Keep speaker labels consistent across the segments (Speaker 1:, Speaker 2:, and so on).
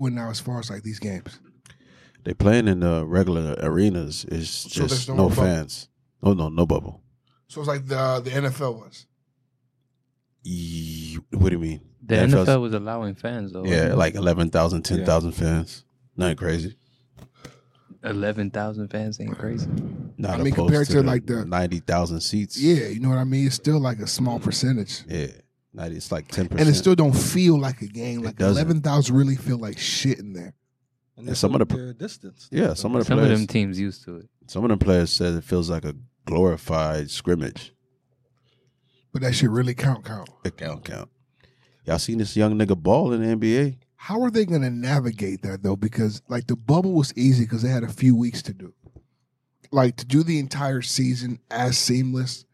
Speaker 1: Well, now as far as like these games,
Speaker 2: They playing in the regular arenas. It's
Speaker 1: So there's
Speaker 2: just
Speaker 1: no
Speaker 2: no,
Speaker 1: bubble.
Speaker 2: fans. No, no, no bubble.
Speaker 1: so it's like the the NFL was.
Speaker 2: Ye- What do you mean?
Speaker 3: The
Speaker 2: Yeah, it
Speaker 3: NFL
Speaker 2: feels-
Speaker 3: was allowing fans though.
Speaker 2: Yeah, like 11,000, 10,000 fans. Nothing crazy.
Speaker 3: eleven thousand fans ain't crazy.
Speaker 2: Not
Speaker 1: I mean,
Speaker 2: opposed
Speaker 1: compared
Speaker 2: to,
Speaker 1: to,
Speaker 2: like
Speaker 1: like,
Speaker 2: the
Speaker 1: the-
Speaker 2: ninety thousand seats.
Speaker 1: Yeah, you know what I mean. It's still like a small percentage,
Speaker 2: yeah, 90, it's like ten percent.
Speaker 1: and it still don't feel like a game.
Speaker 2: It
Speaker 1: Like
Speaker 2: doesn't.
Speaker 1: eleven thousand really feel like shit in there.
Speaker 4: And
Speaker 2: And
Speaker 4: they
Speaker 2: some of
Speaker 4: salute
Speaker 2: the-
Speaker 4: their distance.
Speaker 2: yeah, some of the
Speaker 3: Some of
Speaker 2: players,
Speaker 3: them teams used to it.
Speaker 2: some of them players said it feels like a glorified scrimmage.
Speaker 1: But that shit really count count.
Speaker 2: It count count. Y'all seen this young nigga ball in the NBA?
Speaker 1: How are they going to navigate that though? Because like the bubble was easy because they had a few weeks to do. Like to do the entire season as seamless.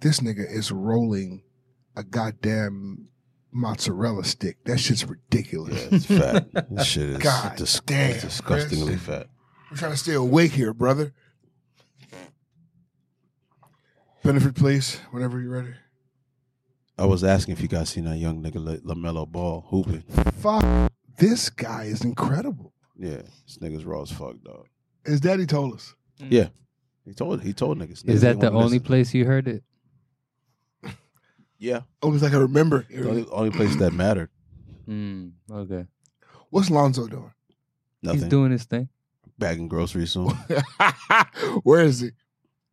Speaker 1: This nigga is rolling a goddamn mozzarella stick. That shit's ridiculous.
Speaker 2: Yeah, it's fat. this shit is
Speaker 1: God
Speaker 2: dis-
Speaker 1: damn,
Speaker 2: disgustingly
Speaker 1: Chris.
Speaker 2: fat.
Speaker 1: We're trying to stay awake here, brother. Benefit, please. Whenever you're ready.
Speaker 2: I was asking if you guys seen that young nigga La- Lamelo Ball hooping.
Speaker 1: Fuck, this guy is incredible.
Speaker 2: Yeah, this nigga's raw as fuck, dog.
Speaker 1: His daddy told us.
Speaker 2: Yeah, he told he told niggas. Niggas
Speaker 3: Is that
Speaker 2: didn't
Speaker 3: the
Speaker 2: wanna
Speaker 3: only
Speaker 2: listen.
Speaker 3: place you heard it?
Speaker 2: Yeah,
Speaker 1: Only thing I remember.
Speaker 2: the only, only place that mattered.
Speaker 3: Mm, okay,
Speaker 1: What's Lonzo doing?
Speaker 2: Nothing.
Speaker 3: he's doing his thing.
Speaker 2: Bagging groceries soon.
Speaker 1: Where is he?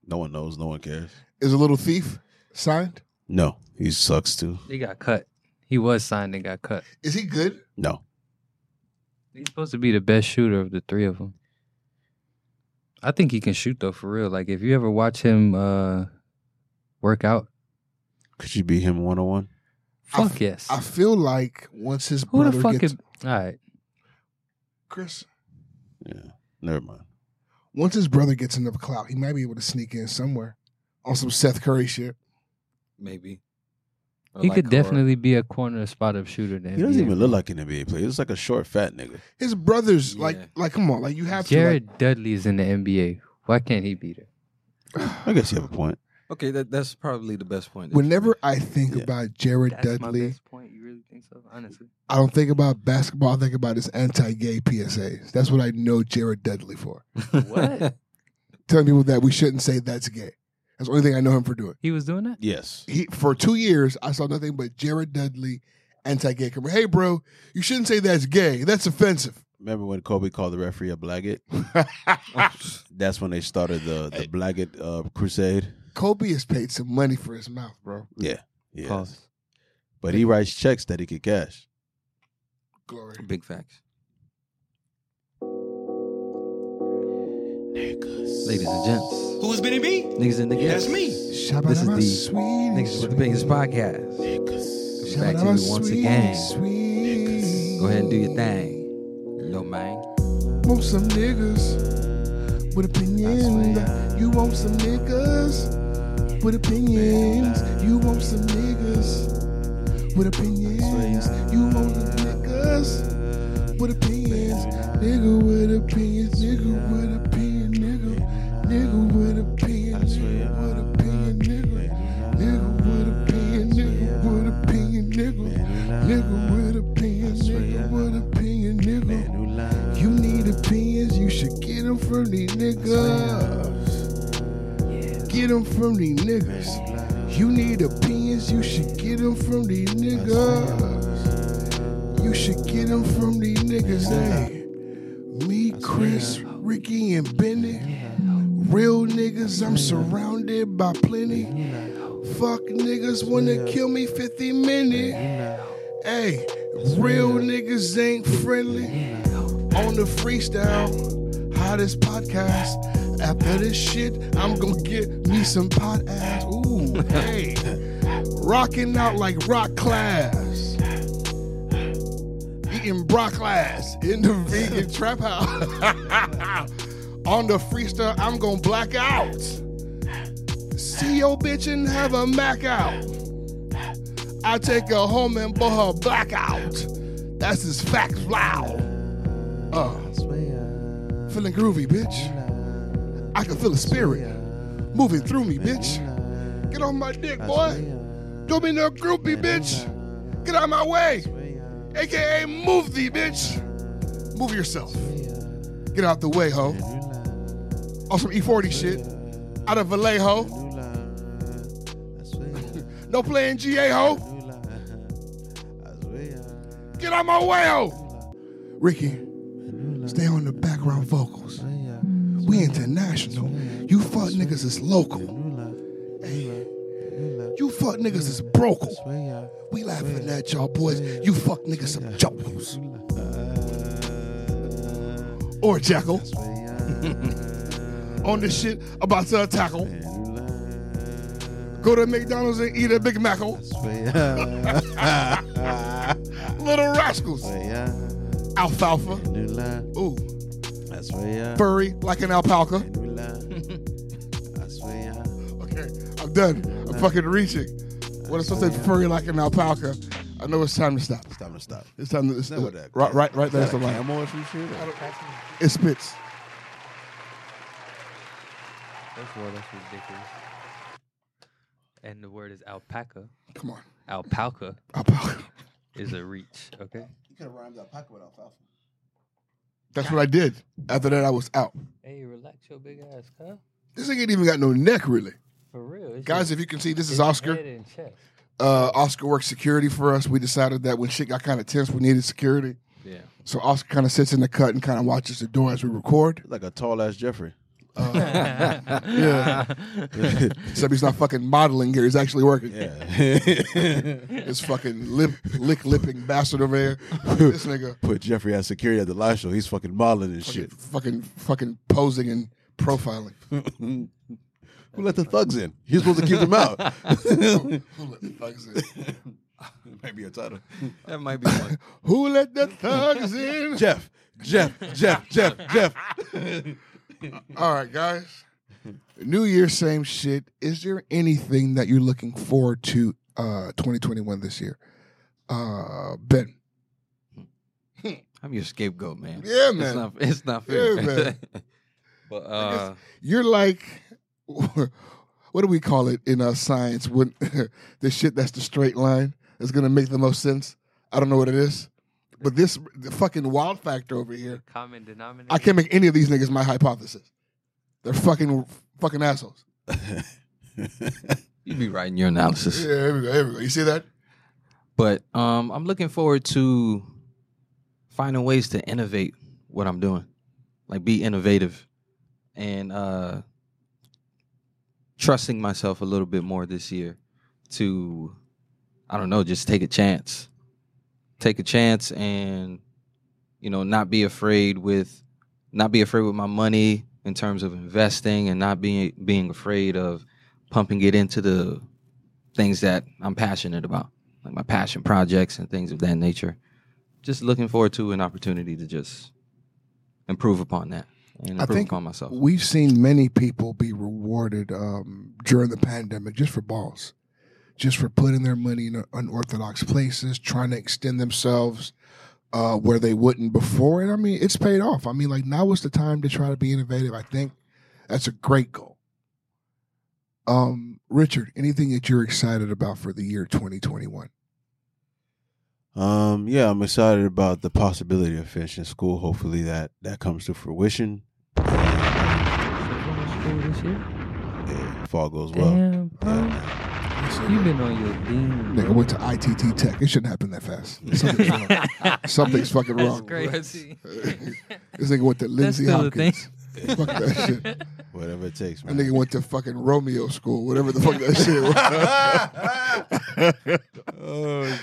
Speaker 2: no one knows. No one cares.
Speaker 1: Is a little thief signed?
Speaker 2: No, he sucks too.
Speaker 3: He got cut. He was signed and got cut.
Speaker 1: Is he good?
Speaker 2: No,
Speaker 3: He's supposed to be the best shooter of the three of them. I think he can shoot though, for real. Like if you ever watch him uh, work out,
Speaker 2: could you beat him one on one?
Speaker 1: I
Speaker 3: fuck
Speaker 1: f-
Speaker 3: yes.
Speaker 1: I feel like once his
Speaker 3: Who
Speaker 1: brother
Speaker 3: the fuck
Speaker 1: gets
Speaker 3: is? All right,
Speaker 1: Chris,
Speaker 2: Yeah, never mind.
Speaker 1: once his brother gets enough clout, he might be able to sneak in somewhere on some Seth Curry shit.
Speaker 4: Maybe. Or
Speaker 3: he
Speaker 4: like
Speaker 3: could
Speaker 4: Kawhi.
Speaker 3: definitely be a corner spot up shooter. in the
Speaker 2: He doesn't
Speaker 3: NBA,
Speaker 2: even look
Speaker 3: bro.
Speaker 2: like an NBA player. He looks like a short, fat nigga.
Speaker 1: His brothers, like,
Speaker 4: Yeah.
Speaker 1: like, come on, like you have
Speaker 3: Jared Dudley's in the NBA. Why can't he be there?
Speaker 1: to. Like,
Speaker 2: I guess you have a point.
Speaker 4: Okay, that, that's probably the best point. that you
Speaker 1: Whenever
Speaker 4: made.
Speaker 1: I think
Speaker 2: Yeah.
Speaker 1: about Jared Dudley,
Speaker 3: point. You really think so? Honestly,
Speaker 1: I don't think about basketball. I think about his anti-gay PSAs. That's what I know Jared Dudley for.
Speaker 3: What?
Speaker 1: Telling people that we shouldn't say that's gay. That's the only thing I know him for doing.
Speaker 3: he was doing that.
Speaker 2: Yes.
Speaker 1: he for two years I saw nothing but Jared Dudley anti-gay commercial. Hey, bro, you shouldn't say that's gay. That's offensive.
Speaker 2: Remember when Kobe called the referee a blackhead? That's when they started the the blackhead uh, crusade.
Speaker 1: Kobe has paid some money for his mouth, bro.
Speaker 2: Yeah. Yes.
Speaker 3: Pause.
Speaker 2: But he writes checks that he could cash.
Speaker 1: Glory.
Speaker 4: Big facts. Ladies and gents.
Speaker 5: Who's Benny B?
Speaker 4: Niggas and niggas.
Speaker 5: That's me.
Speaker 4: This is
Speaker 1: Shabba-dabba,
Speaker 4: the
Speaker 1: sweet,
Speaker 4: Niggas with the biggest podcast. Coming back to
Speaker 1: Shabba-dabba,
Speaker 4: you once
Speaker 1: sweet,
Speaker 4: again.
Speaker 1: Sweet.
Speaker 4: Go ahead and do your thing. Lil man.
Speaker 1: Want some niggas with opinions. You want some niggas with opinions. You want some niggas with opinions. You want some niggas with opinions. Nigga with opinions. Nigga with opinion. Nigga. Nigga with opinion. Nigga with opinion. Nigga. Nigga with opinion. Nigga with opinion. Nigga. Nigga with opinion. Nigga with opinion. Nigga. You need opinions, you should get them from these niggas. Get them from these niggas. You need opinions, you should get them from these niggas. You should get them from these niggas. Hey, me, Chris, Ricky, and Benny. Real niggas, I'm surrounded by plenty. Fuck niggas wanna kill me 50 minutes. Hey, real niggas ain't friendly on the freestyle hottest podcast. After this shit, I'm gonna get me some pot ass. Ooh, hey, rocking out like rock class, eating brock class in the vegan trap house. on the freestyle, I'm gonna black out. See your bitch and have a mac out. I take her home and blow her black out. That's his facts loud. Uh, feeling groovy, bitch. I can feel the spirit moving through me, bitch. Get on my dick, boy. Don't be no groupie, bitch. Get out of my way. AKA move thee, bitch. Move yourself. Get out the way, ho. On some E40 shit. Out of Vallejo. no playing GA, ho. Get out my way, ho. Ricky, stay on the background vocals. We international. You fuck niggas is local. Hey. You fuck niggas is broke. We laughing at y'all boys. You fuck niggas some jokers. Or jackal. On this shit about to tackle. Go to McDonald's and eat a Big Mackle. Little rascals. Alfalfa. Ooh. Furry like an alpaca. Okay, I'm done. I'm fucking reaching. When I supposed to furry like an alpaca, I know it's time to stop.
Speaker 2: Time to stop.
Speaker 1: It's time to it's,
Speaker 2: Never that.
Speaker 1: right, right, right. There's
Speaker 2: That's
Speaker 1: the
Speaker 2: a
Speaker 1: line.
Speaker 2: camel or some shit. or-
Speaker 1: It spits.
Speaker 3: First of all, that's ridiculous. And the word is alpaca.
Speaker 1: Come on,
Speaker 3: Alpaca
Speaker 1: alpaca.
Speaker 3: is a reach. Okay.
Speaker 2: You could have rhymed alpaca with alfalfa.
Speaker 1: That's what I did. After that, I was out.
Speaker 3: Hey, relax your big ass, huh?
Speaker 1: This ain't even got no neck, really.
Speaker 3: For real, it's
Speaker 1: Guys,
Speaker 3: your
Speaker 1: if you can see, this is
Speaker 3: head
Speaker 1: Oscar.
Speaker 3: and chest.
Speaker 1: Uh, Oscar works security for us. We decided that when shit got kind of tense, we needed security.
Speaker 3: Yeah.
Speaker 1: So Oscar kind of sits in the cut and kind of watches the door as we record.
Speaker 2: Like a tall ass Jeffrey.
Speaker 1: Yeah. Except he's not fucking modeling here. He's actually working.
Speaker 2: Yeah.
Speaker 1: This fucking lip, lick lipping bastard over there. This nigga
Speaker 2: Put Jeffrey as security at the live show. He's fucking modeling and shit.
Speaker 1: fucking fucking posing and profiling.
Speaker 2: Who let the thugs in? You're supposed to keep them out.
Speaker 1: Who let the thugs in?
Speaker 2: Maybe your title.
Speaker 3: That might be one.
Speaker 1: Who let the thugs in?
Speaker 2: Jeff, Jeff, Jeff, Jeff, Jeff.
Speaker 1: All right, guys. New Year, same shit. Is there anything that you're looking forward to uh 2021 this year? Uh Ben.
Speaker 4: I'm your scapegoat, man.
Speaker 1: Yeah, man.
Speaker 4: It's not, it's not fair.
Speaker 1: Yeah, man.
Speaker 3: But uh,
Speaker 1: You're like what do we call it in uh science when the shit that's the straight line is gonna make the most sense? I don't know what it is. But this the fucking wild factor over here,
Speaker 3: common denominator.
Speaker 1: I can't make any of these niggas my hypothesis. They're fucking fucking assholes.
Speaker 4: You be writing your analysis.
Speaker 1: Yeah, here we go, here we go. You see that?
Speaker 4: But um, I'm looking forward to finding ways to innovate what I'm doing, like be innovative, and uh, trusting myself a little bit more this year to, I don't know, just take a chance, take a chance, and you know, not be afraid with, not be afraid with my money in terms of investing, and not being being afraid of pumping it into the things that I'm passionate about like my passion projects and things of that nature. Just looking forward to an opportunity to just improve upon that and
Speaker 1: I
Speaker 4: improve
Speaker 1: think
Speaker 4: upon myself.
Speaker 1: We've seen many people be rewarded um, during the pandemic just for balls, just for putting their money in unorthodox places, trying to extend themselves uh, where they wouldn't before. And I mean, it's paid off. I mean, like now is the time to try to be innovative. I think that's a great goal. Um, Richard, anything that you're excited about for the year 2021?
Speaker 2: Um, yeah, I'm excited about the possibility of finishing school. Hopefully that that comes to fruition.
Speaker 3: this year.
Speaker 2: Yeah, if all goes well.
Speaker 3: Damn, bro. You've been on your dean.
Speaker 1: Nigga went to ITT Tech. It shouldn't happen that fast. Something's wrong. Something's fucking
Speaker 3: That's
Speaker 1: wrong.
Speaker 3: crazy.
Speaker 1: This nigga went to Lindsay
Speaker 3: still a thing.
Speaker 1: Hopkins. Fuck that shit.
Speaker 2: Whatever it takes,
Speaker 1: That
Speaker 2: man.
Speaker 1: nigga went to fucking Romeo school, whatever the fuck that shit
Speaker 2: Oh,
Speaker 1: was.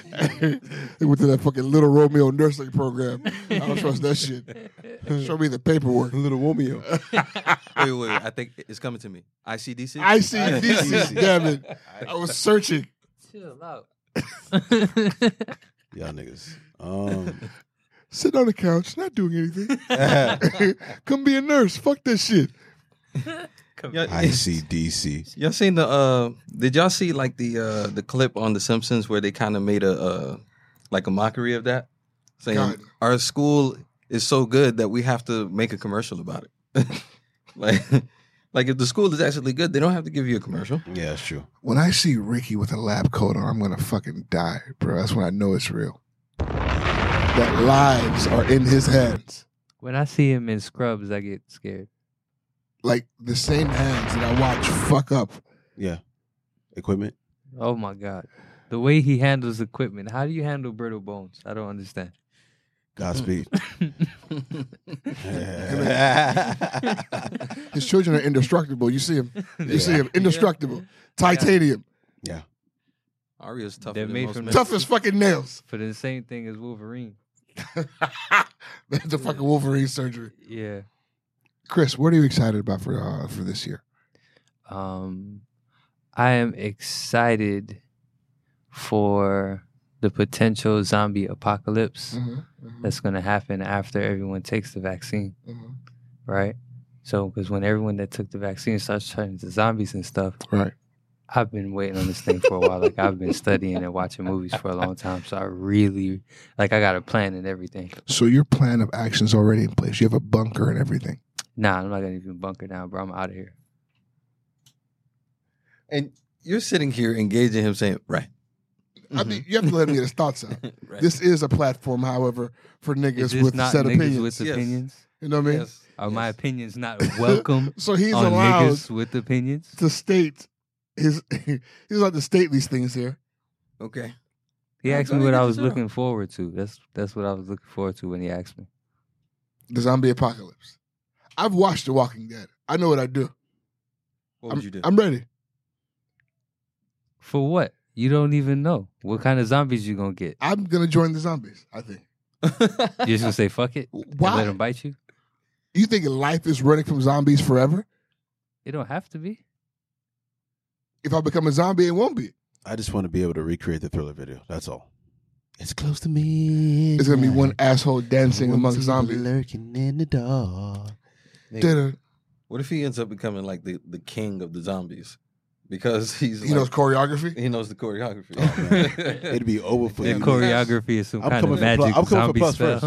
Speaker 1: he went to that fucking little Romeo nursing program. I don't trust that shit. Show me the paperwork.
Speaker 2: Little Romeo.
Speaker 4: wait, wait, wait, I think it's coming to me. ICDC?
Speaker 1: I see DC, damn it. I was searching.
Speaker 3: Chill out.
Speaker 2: Y'all niggas. Um
Speaker 1: Sit on the couch, not doing anything. Come be a nurse. Fuck that shit.
Speaker 4: Y'all,
Speaker 2: ICDC.
Speaker 4: y'all seen the uh did y'all see like the uh the clip on The Simpsons where they kind of made a uh like a mockery of that? Saying
Speaker 1: God.
Speaker 4: our school is so good that we have to make a commercial about it. like like if the school is actually good, they don't have to give you a commercial.
Speaker 2: Yeah, that's true.
Speaker 1: When I see Ricky with a lab coat on, I'm gonna fucking die, bro. That's when I know it's real. that lives are in his hands.
Speaker 3: When I see him in scrubs, I get scared.
Speaker 1: Like the same hands that I watch fuck up.
Speaker 2: Yeah. Equipment.
Speaker 3: Oh my god, the way he handles equipment. How do you handle brittle bones? I don't understand.
Speaker 2: Godspeed.
Speaker 1: His children are indestructible. You see him. You see him. Indestructible. Titanium.
Speaker 4: Arya's tougher
Speaker 3: They're
Speaker 4: than
Speaker 3: made
Speaker 4: most
Speaker 3: from
Speaker 4: men.
Speaker 1: Tough as fucking nails.
Speaker 3: For the same thing as Wolverine.
Speaker 1: That's the fucking Wolverine surgery.
Speaker 3: Yeah.
Speaker 1: Chris, what are you excited about for uh, for this year?
Speaker 3: Um, I am excited for the potential zombie apocalypse
Speaker 1: Mm-hmm.
Speaker 3: that's going to happen after everyone takes the vaccine,
Speaker 1: Mm-hmm.
Speaker 3: right? So, because when everyone that took the vaccine starts turning to zombies and stuff,
Speaker 1: Right.
Speaker 3: I've been waiting on this thing for a while. Like I've been studying and watching movies for a long time, so I really like I got a plan and everything.
Speaker 1: So your plan of action's already in place. You have a bunker and everything.
Speaker 3: Nah, I'm not gonna even bunker down, bro. I'm out of here.
Speaker 4: And you're sitting here engaging him, saying, "Right,
Speaker 1: I mean, you have to let him get his thoughts out.
Speaker 4: right."
Speaker 1: This is a platform, however, for
Speaker 3: Is
Speaker 1: niggas
Speaker 3: this
Speaker 1: with
Speaker 3: not
Speaker 1: said
Speaker 3: niggas
Speaker 1: opinions.
Speaker 3: with
Speaker 4: Yes.
Speaker 3: opinions?
Speaker 1: you know what I mean?
Speaker 4: Yes,
Speaker 3: Are my
Speaker 4: yes.
Speaker 3: opinions not welcome
Speaker 1: So he's
Speaker 3: on
Speaker 1: allowed
Speaker 3: niggas with opinions?
Speaker 1: to state his. he's allowed to state these things here.
Speaker 4: okay.
Speaker 3: He
Speaker 4: Yeah,
Speaker 3: asked
Speaker 4: go
Speaker 3: me what
Speaker 4: ahead,
Speaker 3: I
Speaker 4: get
Speaker 3: was
Speaker 4: yourself.
Speaker 3: looking forward to. That's that's what I was looking forward to when he asked me.
Speaker 1: The zombie apocalypse. I've watched The Walking Dead. I know what I do.
Speaker 4: What
Speaker 1: I'm,
Speaker 4: would you do?
Speaker 1: I'm ready.
Speaker 3: For what? You don't even know what kind of zombies you gonna get.
Speaker 1: I'm gonna join the zombies. I think.
Speaker 3: You just gonna say fuck it and
Speaker 1: Why?
Speaker 3: let them bite you?
Speaker 1: You think life is running from zombies forever?
Speaker 3: It don't have to be.
Speaker 1: If I become a zombie, it won't be.
Speaker 2: I just want to be able to recreate the thriller video. That's all. It's close to me.
Speaker 1: It's gonna be one asshole dancing amongst zombies.
Speaker 2: lurking in the dark.
Speaker 1: Da-da.
Speaker 4: what if he ends up becoming like the, the king of the zombies because he's
Speaker 1: He
Speaker 4: like-
Speaker 1: knows choreography.
Speaker 4: he knows the choreography.
Speaker 2: It'd be over for
Speaker 4: Yeah,
Speaker 3: Their
Speaker 2: you.
Speaker 4: Corey.
Speaker 3: choreography is some
Speaker 2: I'm
Speaker 3: kind
Speaker 2: coming
Speaker 3: of
Speaker 2: for plu-
Speaker 3: magic
Speaker 2: I'm coming for
Speaker 3: zombie
Speaker 2: plus
Speaker 3: spell.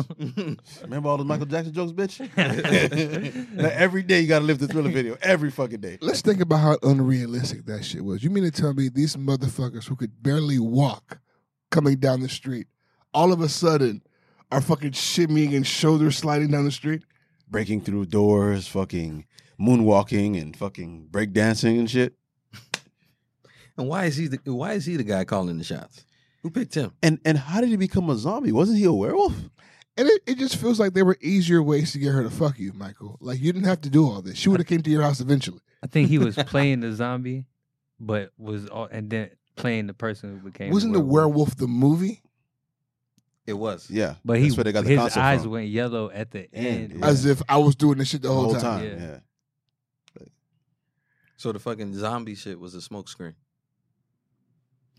Speaker 2: first. Remember all those Michael Jackson jokes, bitch? now, every day you got to live the thriller video. Every fucking day.
Speaker 1: Let's think about how unrealistic that shit was. You mean to tell me these motherfuckers who could barely walk coming down the street all of a sudden are fucking shimmying and shoulders sliding down the street?
Speaker 2: Breaking through doors, fucking moonwalking and fucking breakdancing and shit.
Speaker 4: and why is he the why is he the guy calling the shots? Who picked him?
Speaker 2: And and how did he become a zombie? Wasn't he a werewolf?
Speaker 1: And it, it just feels like there were easier ways to get her to fuck you, Michael. Like you didn't have to do all this. She would have came to your house eventually.
Speaker 3: I think he was playing the zombie, but was all, and then playing the person who became
Speaker 1: Wasn't the werewolf the movie?
Speaker 4: It was.
Speaker 2: Yeah,
Speaker 3: But he
Speaker 2: that's where they got the
Speaker 3: his
Speaker 2: concept
Speaker 3: eyes
Speaker 2: from.
Speaker 3: went yellow at the
Speaker 2: And,
Speaker 3: end.
Speaker 2: yeah.
Speaker 1: As if I was doing this shit the
Speaker 2: the
Speaker 1: whole,
Speaker 2: whole
Speaker 1: time.
Speaker 2: time.
Speaker 3: Yeah.
Speaker 2: Yeah.
Speaker 4: So the fucking zombie shit was a smokescreen.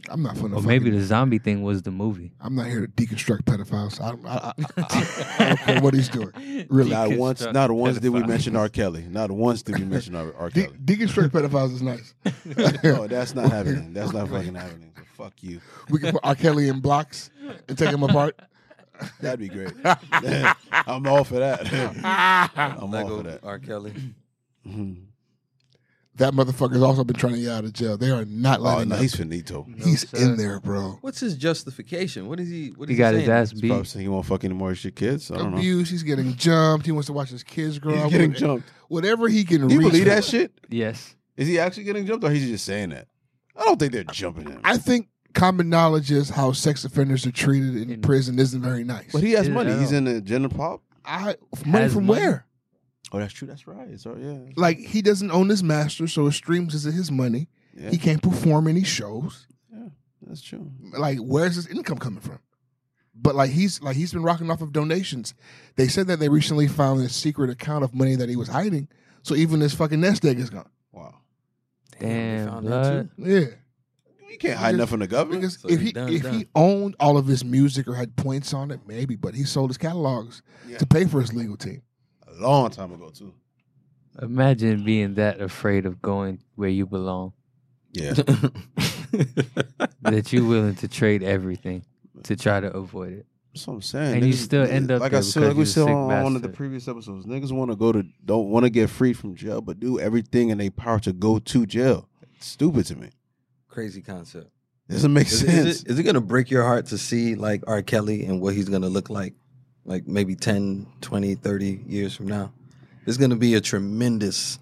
Speaker 1: I'm not finna.
Speaker 3: Or maybe
Speaker 1: fucking-
Speaker 3: the zombie thing was the movie.
Speaker 1: I'm not here to deconstruct pedophiles. I don't, I, I, I, I don't care what he's doing. Really.
Speaker 2: Not once,
Speaker 3: Deconstruct
Speaker 2: not once did we
Speaker 3: pedophiles.
Speaker 2: mention R. Kelly. Not once did we mention R. R.
Speaker 1: De-
Speaker 2: Kelly.
Speaker 1: deconstruct pedophiles is nice.
Speaker 2: No, that's not happening. That's not fucking happening. So fuck you.
Speaker 1: We can put R. Kelly in blocks and take him apart.
Speaker 2: That'd be great. I'm all for that. I'm all for
Speaker 4: Lego
Speaker 2: that.
Speaker 4: R. Kelly.
Speaker 2: Mhm.
Speaker 1: That motherfucker's also been trying to get out of jail. They are not
Speaker 2: Oh,
Speaker 1: letting
Speaker 2: no,
Speaker 1: him.
Speaker 2: he's finito.
Speaker 3: No,
Speaker 1: he's
Speaker 3: sir.
Speaker 1: in there, bro.
Speaker 4: What's his justification? What is he? What is
Speaker 3: He got his
Speaker 4: saying?
Speaker 3: ass
Speaker 2: He's probably
Speaker 3: beat.
Speaker 2: saying he won't fuck anymore of your kids. I don't know.
Speaker 1: Abuse. He's getting jumped. He wants to watch his kids grow
Speaker 2: He's
Speaker 1: up.
Speaker 2: getting
Speaker 1: What-
Speaker 2: jumped.
Speaker 1: Whatever he can
Speaker 2: Do you
Speaker 1: reach
Speaker 2: believe
Speaker 1: for.
Speaker 2: that shit?
Speaker 3: Yes.
Speaker 2: Is he actually getting jumped or he's just saying that? I don't think they're jumping him.
Speaker 1: I think common knowledge is how sex offenders are treated in,
Speaker 3: In-
Speaker 1: prison isn't very nice.
Speaker 2: But he has
Speaker 3: Is it
Speaker 2: money.
Speaker 3: at
Speaker 2: He's
Speaker 3: all?
Speaker 2: in the general pop.
Speaker 1: I, money
Speaker 3: Has
Speaker 1: from
Speaker 3: money?
Speaker 1: where?
Speaker 2: Oh, that's true. That's right. So yeah,
Speaker 1: Like he doesn't own his master, so his streams isn't his money.
Speaker 2: yeah,
Speaker 1: He can't perform any shows.
Speaker 2: that's true.
Speaker 1: Like where's his income coming from? But like he's like he's been rocking off of donations. They said that they recently found a secret account of money that he was hiding. So even his fucking nest egg is gone.
Speaker 2: Wow,
Speaker 4: Damn,
Speaker 3: Damn,
Speaker 4: they found that
Speaker 3: blood.
Speaker 4: too?
Speaker 1: Yeah,
Speaker 2: you can't hide
Speaker 1: Because-
Speaker 2: nothing from the government.
Speaker 1: because
Speaker 4: So
Speaker 1: if
Speaker 4: he
Speaker 1: he
Speaker 4: done,
Speaker 1: if
Speaker 4: done.
Speaker 1: he owned all of his music or had points on it, maybe. But he sold his catalogs
Speaker 2: Yeah.
Speaker 1: to pay for his legal team.
Speaker 2: A long time ago too.
Speaker 3: Imagine being that afraid of going where you belong
Speaker 2: Yeah,
Speaker 3: that you're willing to trade everything to try to avoid it.
Speaker 2: that's what I'm saying.
Speaker 3: And you still end up
Speaker 2: like I
Speaker 3: there
Speaker 2: said,
Speaker 3: because
Speaker 2: like we
Speaker 3: you're a
Speaker 2: said
Speaker 3: sick
Speaker 2: on one of the
Speaker 3: bastard.
Speaker 2: previous episodes. Niggas want to go to don't want to get free from jail, but do everything in their power to go to jail. Stupid to me.
Speaker 4: Crazy concept.
Speaker 2: Doesn't make
Speaker 4: Is,
Speaker 2: sense.
Speaker 4: is it, is it gonna break your heart to see like R. Kelly and what he's gonna look like, like maybe 10, 20, 30 years from now? It's gonna be a tremendous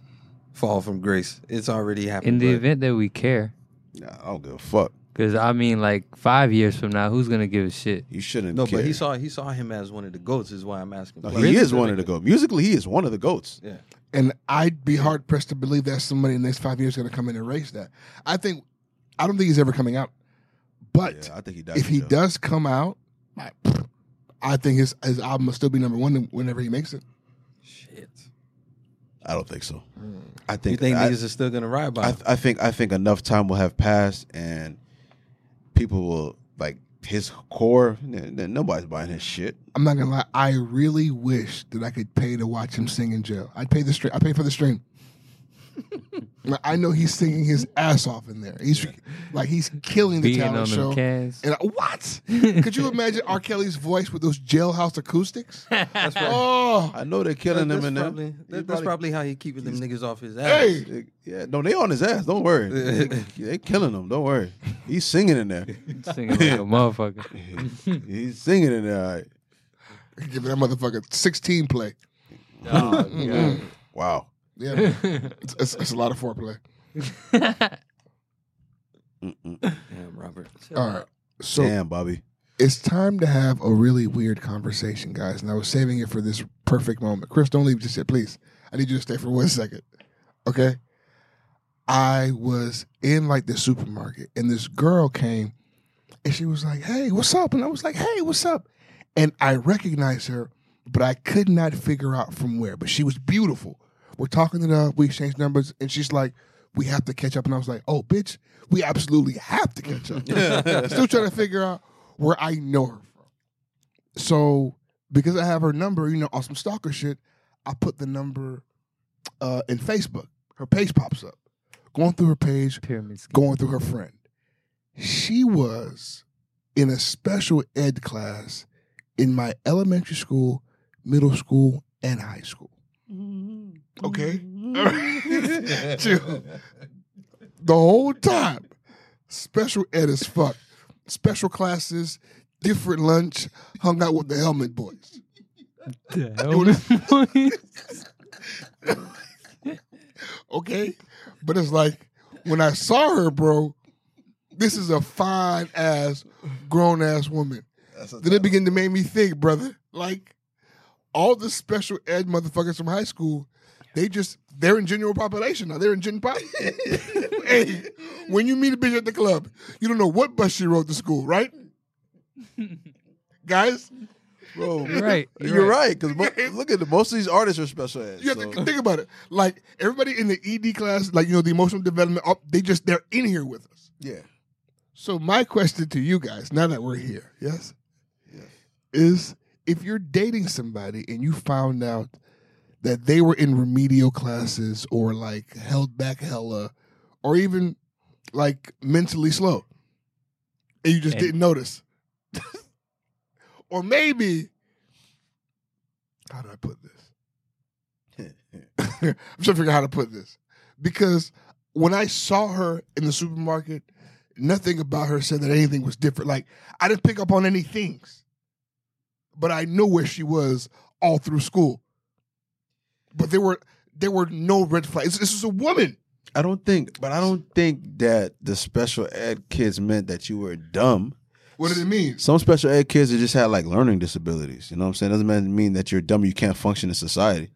Speaker 4: fall from grace. It's already happened.
Speaker 3: In the
Speaker 4: but
Speaker 3: event that we care,
Speaker 2: Nah, I don't give a fuck.
Speaker 3: because I mean, like five years from now, who's gonna give a shit?
Speaker 2: You shouldn't.
Speaker 4: no,
Speaker 2: care.
Speaker 4: but he saw he saw him as one of the goats. Is why I'm asking.
Speaker 2: No,
Speaker 4: Like,
Speaker 2: he is
Speaker 4: really
Speaker 2: one of the
Speaker 4: good.
Speaker 2: goats. Musically, he is one of the goats.
Speaker 4: Yeah.
Speaker 1: And I'd be hard pressed to believe that somebody in the next five years is going to come in and erase that. I think, I don't think he's ever coming out. But
Speaker 2: Yeah, I think he does.
Speaker 1: if he does come out, I, I think his, his album will still be number one whenever he makes it.
Speaker 4: Shit.
Speaker 2: I don't think so. I
Speaker 4: Hmm. You
Speaker 2: think.
Speaker 4: think
Speaker 2: I,
Speaker 4: niggas are still gonna ride by?
Speaker 2: I,
Speaker 4: him?
Speaker 2: I think. I think enough time will have passed, and people will like his core. n- n- Nobody's buying his shit.
Speaker 1: I'm not gonna lie. I really wish that I could pay to watch him sing in jail. I'd pay the stream. I pay for the stream. Like, I know he's singing his ass off in there. He's like he's killing the
Speaker 3: Beating on them
Speaker 1: talent show.
Speaker 3: cans.
Speaker 1: And I, what? Could you imagine R. Kelly's voice with those jailhouse acoustics?
Speaker 4: that's probably,
Speaker 1: Oh,
Speaker 2: I know they're killing
Speaker 4: that's
Speaker 2: him in there.
Speaker 4: probably- that-
Speaker 2: He's
Speaker 4: that's probably how he keeping them niggas off his ass.
Speaker 1: Hey!
Speaker 2: Yeah, no, they on his ass. Don't worry. they, they killing him. Don't worry. He's singing in there.
Speaker 3: Singing like a motherfucker.
Speaker 2: He's singing in there. all right.
Speaker 1: give that motherfucker 16 play.
Speaker 4: Oh,
Speaker 2: Wow.
Speaker 1: Yeah, it's, it's, it's a lot of foreplay.
Speaker 4: Damn, Robert.
Speaker 1: All right, so
Speaker 2: Damn, Bobby.
Speaker 1: It's time to have a really weird conversation, guys, and I was saving it for this perfect moment. Chris, don't leave just yet, please. I need you to stay for one second, okay? I was in like the supermarket, and this girl came, and she was like, "Hey, what's up?" And I was like, "Hey, what's up?" And I recognized her, but I could not figure out from where. But she was beautiful. We're talking it up. We exchanged numbers, and she's like, "We have to catch up." And I was like, "Oh, bitch, we absolutely have to catch up." Still trying to figure out where I know her from. So because I have her number, you know, on some stalker shit, I put the number uh, in Facebook. Her page pops up. Going through her page,
Speaker 3: Pyramid scheme.
Speaker 1: going through her friend. She was in a special ed class in my elementary school, middle school, and high school. Okay? Chill. The whole time, special ed as fuck. Special classes, different lunch, hung out with the helmet boys.
Speaker 3: The hell
Speaker 1: Okay? But it's like, when I saw her, bro, this is a fine ass, grown ass woman. Then it began to make me think, brother. Like all the special ed motherfuckers from high school, they just they're in general population now. They're in gen pop. hey, when you meet a bitch at the club, you don't know what bus she rode to school, right? Guys,
Speaker 2: Bro,
Speaker 3: You're right. You're,
Speaker 2: You're right. Because look at the, most of these artists are special ed.
Speaker 1: you have
Speaker 2: so-
Speaker 1: to think about it. Like everybody in the ED class, like you know the emotional development, op- they just they're in here with us.
Speaker 2: yeah.
Speaker 1: So my question to you guys, now that we're here, yes, is if you're dating somebody and you found out that they were in remedial classes or like held back hella, or even like mentally slow, and you just
Speaker 3: And-
Speaker 1: didn't notice, or maybe how do I put this? I'm trying to figure out how to put this because when I saw her in the supermarket, nothing about her said that anything was different. Like I didn't pick up on any things, but I knew where she was all through school. But there were there were no red flags. This is a woman.
Speaker 2: I don't think, but I don't think that the special ed kids meant that you were dumb.
Speaker 1: What did it mean?
Speaker 2: Some special ed kids that just had like learning disabilities. You know what I'm saying? Doesn't mean- mean that you're dumb. You can't function in society.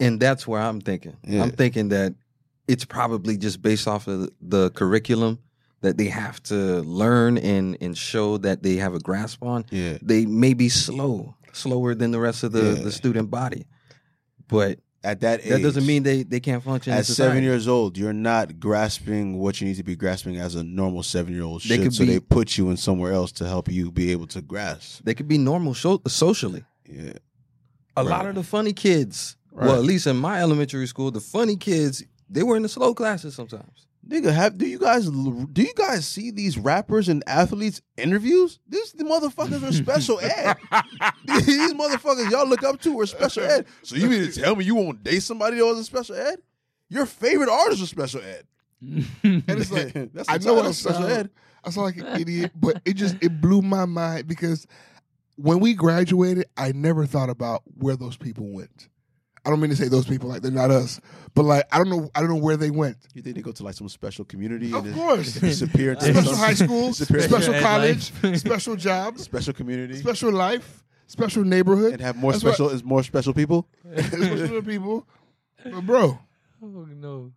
Speaker 4: and that's where I'm thinking.
Speaker 2: Yeah.
Speaker 4: I'm thinking that it's probably just based off of the curriculum that they have to learn and and show that they have a grasp on.
Speaker 2: Yeah.
Speaker 4: They may be slow, slower than the rest of the,
Speaker 2: Yeah.
Speaker 4: the student body, but
Speaker 2: At that age,
Speaker 4: that doesn't mean they they can't function. in
Speaker 2: at
Speaker 4: society.
Speaker 2: seven years old you're not grasping what you need to be grasping as a normal seven year old
Speaker 4: They
Speaker 2: should.
Speaker 4: could
Speaker 2: So
Speaker 4: be-
Speaker 2: they put you in somewhere else to help you be able to grasp.
Speaker 4: they could be normal so- socially.
Speaker 2: Yeah.
Speaker 4: A lot of the funny kids,
Speaker 2: Right.
Speaker 4: well, at least in my elementary school, the funny kids they were in the slow classes sometimes.
Speaker 2: Nigga, have do you guys do you guys see these rappers and athletes interviews? These the motherfuckers are special ed. these motherfuckers y'all look up to are special ed. So you mean to tell me you won't date somebody that wasn't special ed? Your favorite artists are special ed.
Speaker 1: And it's like
Speaker 2: That's
Speaker 1: I
Speaker 2: the
Speaker 1: know
Speaker 2: title,
Speaker 1: I
Speaker 2: special
Speaker 1: sound
Speaker 2: ed.
Speaker 1: I sound like an idiot, but it just it blew my mind because when we graduated, I never thought about where those people went. I don't mean to say those people like they're not us, but like I don't know I don't know where they went.
Speaker 2: You think they go to like some special community?
Speaker 1: Of
Speaker 2: and then
Speaker 1: course.
Speaker 2: disappear into
Speaker 1: Special
Speaker 2: some
Speaker 1: high school,
Speaker 2: Disappear into
Speaker 1: special
Speaker 3: Ed
Speaker 1: college,
Speaker 3: life.
Speaker 1: special jobs,
Speaker 2: special community,
Speaker 1: special life, special
Speaker 2: and
Speaker 1: neighborhood,
Speaker 2: have more
Speaker 1: That's what-
Speaker 2: special is more special people.
Speaker 1: special people. But bro,
Speaker 3: Oh no.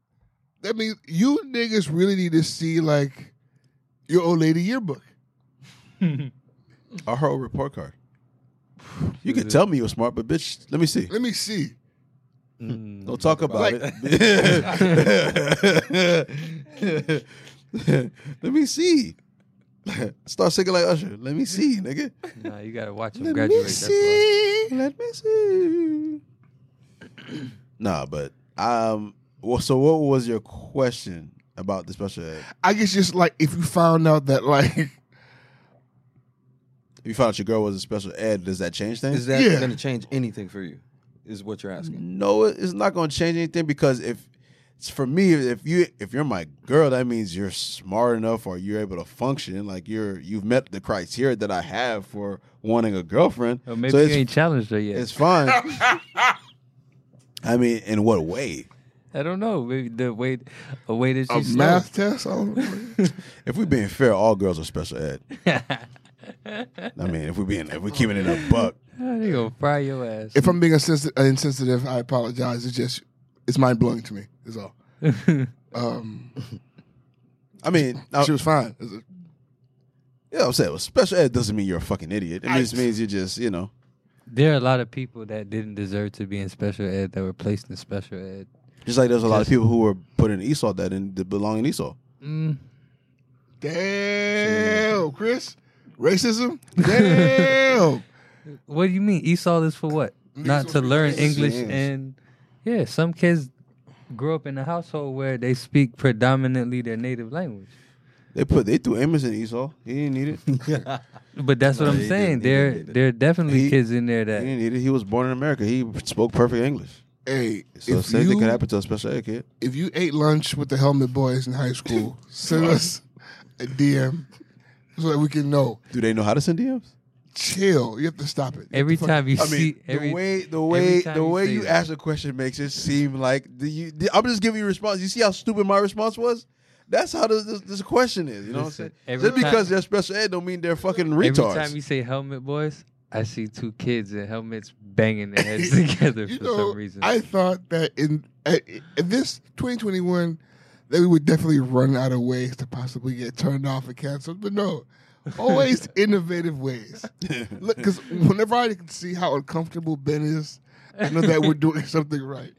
Speaker 1: that means you niggas really need to see like your old lady yearbook.
Speaker 2: Or her old report card. You could tell me you were smart, but bitch, let me see.
Speaker 1: Let me see.
Speaker 2: Don't talk about
Speaker 1: Like-
Speaker 2: it. Let me see. Start singing like Usher. Let me see, nigga.
Speaker 3: Nah, you gotta watch him
Speaker 2: Let
Speaker 3: graduate.
Speaker 2: me
Speaker 3: that's why.
Speaker 2: see. Let me see. nah, but um. Well, so what was your question about the special ed?
Speaker 1: I guess just like if you found out that like
Speaker 2: If you found out your girl was a special ed, does that change things?
Speaker 4: Is that
Speaker 1: Yeah.
Speaker 4: going to change anything for you? Is what you're asking.
Speaker 2: No, it- it's not going to change anything because if it's for me, if you if you're my girl, that means you're smart enough or you're able to function. Like you're you've met the criteria that I have for wanting a girlfriend.
Speaker 3: Or Oh, maybe
Speaker 2: so
Speaker 3: you
Speaker 2: it's,
Speaker 3: ain't challenged her yet.
Speaker 2: it's fine. I mean, in what way?
Speaker 3: I don't know. Maybe the way a way that
Speaker 1: a
Speaker 3: she's
Speaker 1: math test, I don't know.
Speaker 2: If we're being fair, all girls are special ed. I mean, if we're being if we're keeping it in a buck,
Speaker 3: they gonna fry your ass.
Speaker 1: if I'm being insensi- uh, insensitive, I apologize. It's just it's mind blowing to me. Is all. um,
Speaker 2: I mean, I,
Speaker 1: she was fine. Is it-
Speaker 2: yeah, I'm saying well, special ed doesn't mean you're a fucking idiot. It
Speaker 1: I-
Speaker 2: just means you're just you know.
Speaker 3: there are a lot of people that didn't deserve to be in special ed that were placed in special ed.
Speaker 2: Just like there's a lot of people who were put in Esau that didn't belong in Esau.
Speaker 3: Mm.
Speaker 1: Damn, Chris, racism. Damn.
Speaker 3: What do you mean? Esau is for what? Not to learn English
Speaker 2: Yes.
Speaker 3: and yeah, some kids grow up in a household where they speak predominantly their native language.
Speaker 2: They put they threw Amos in Esau. He didn't need it.
Speaker 3: But that's what
Speaker 4: No,
Speaker 3: I'm
Speaker 4: he
Speaker 3: saying.
Speaker 4: didn't- he
Speaker 3: There,
Speaker 4: didn't need it.
Speaker 3: there are definitely
Speaker 2: He-
Speaker 3: kids in there
Speaker 2: He
Speaker 3: that
Speaker 2: didn't need it. He was born in America. He spoke perfect English.
Speaker 1: hey,
Speaker 2: So
Speaker 1: if
Speaker 2: same thing could
Speaker 1: you
Speaker 2: happen to a special ed kid.
Speaker 1: if you ate lunch with the helmet boys in high school, send us a DM so that we can know.
Speaker 2: Do they know how to send DMs?
Speaker 1: Chill. You have to stop it.
Speaker 3: every time you
Speaker 2: I
Speaker 3: see
Speaker 2: mean,
Speaker 3: every
Speaker 2: the way the
Speaker 3: every
Speaker 2: way
Speaker 3: time
Speaker 2: the
Speaker 3: you
Speaker 2: way
Speaker 3: say
Speaker 2: you
Speaker 3: that.
Speaker 2: ask the question makes it seem like the, you, the- I'm just giving you a response. You see how stupid my response was? That's how this, this, this question is. You know what I'm saying?
Speaker 3: Listen, every
Speaker 2: Just because
Speaker 3: time-
Speaker 2: they're special ed don't mean they're fucking
Speaker 3: Every time you
Speaker 2: retards.
Speaker 3: say helmet boys, I see two kids in helmets banging their heads together
Speaker 1: You
Speaker 3: for
Speaker 1: know,
Speaker 3: some reason.
Speaker 1: I thought that in, at, in this 2021 that we would definitely run out of ways to possibly get turned off and canceled, but no. Always innovative ways. Look, because whenever I can see how uncomfortable Ben is, I know that we're doing something right.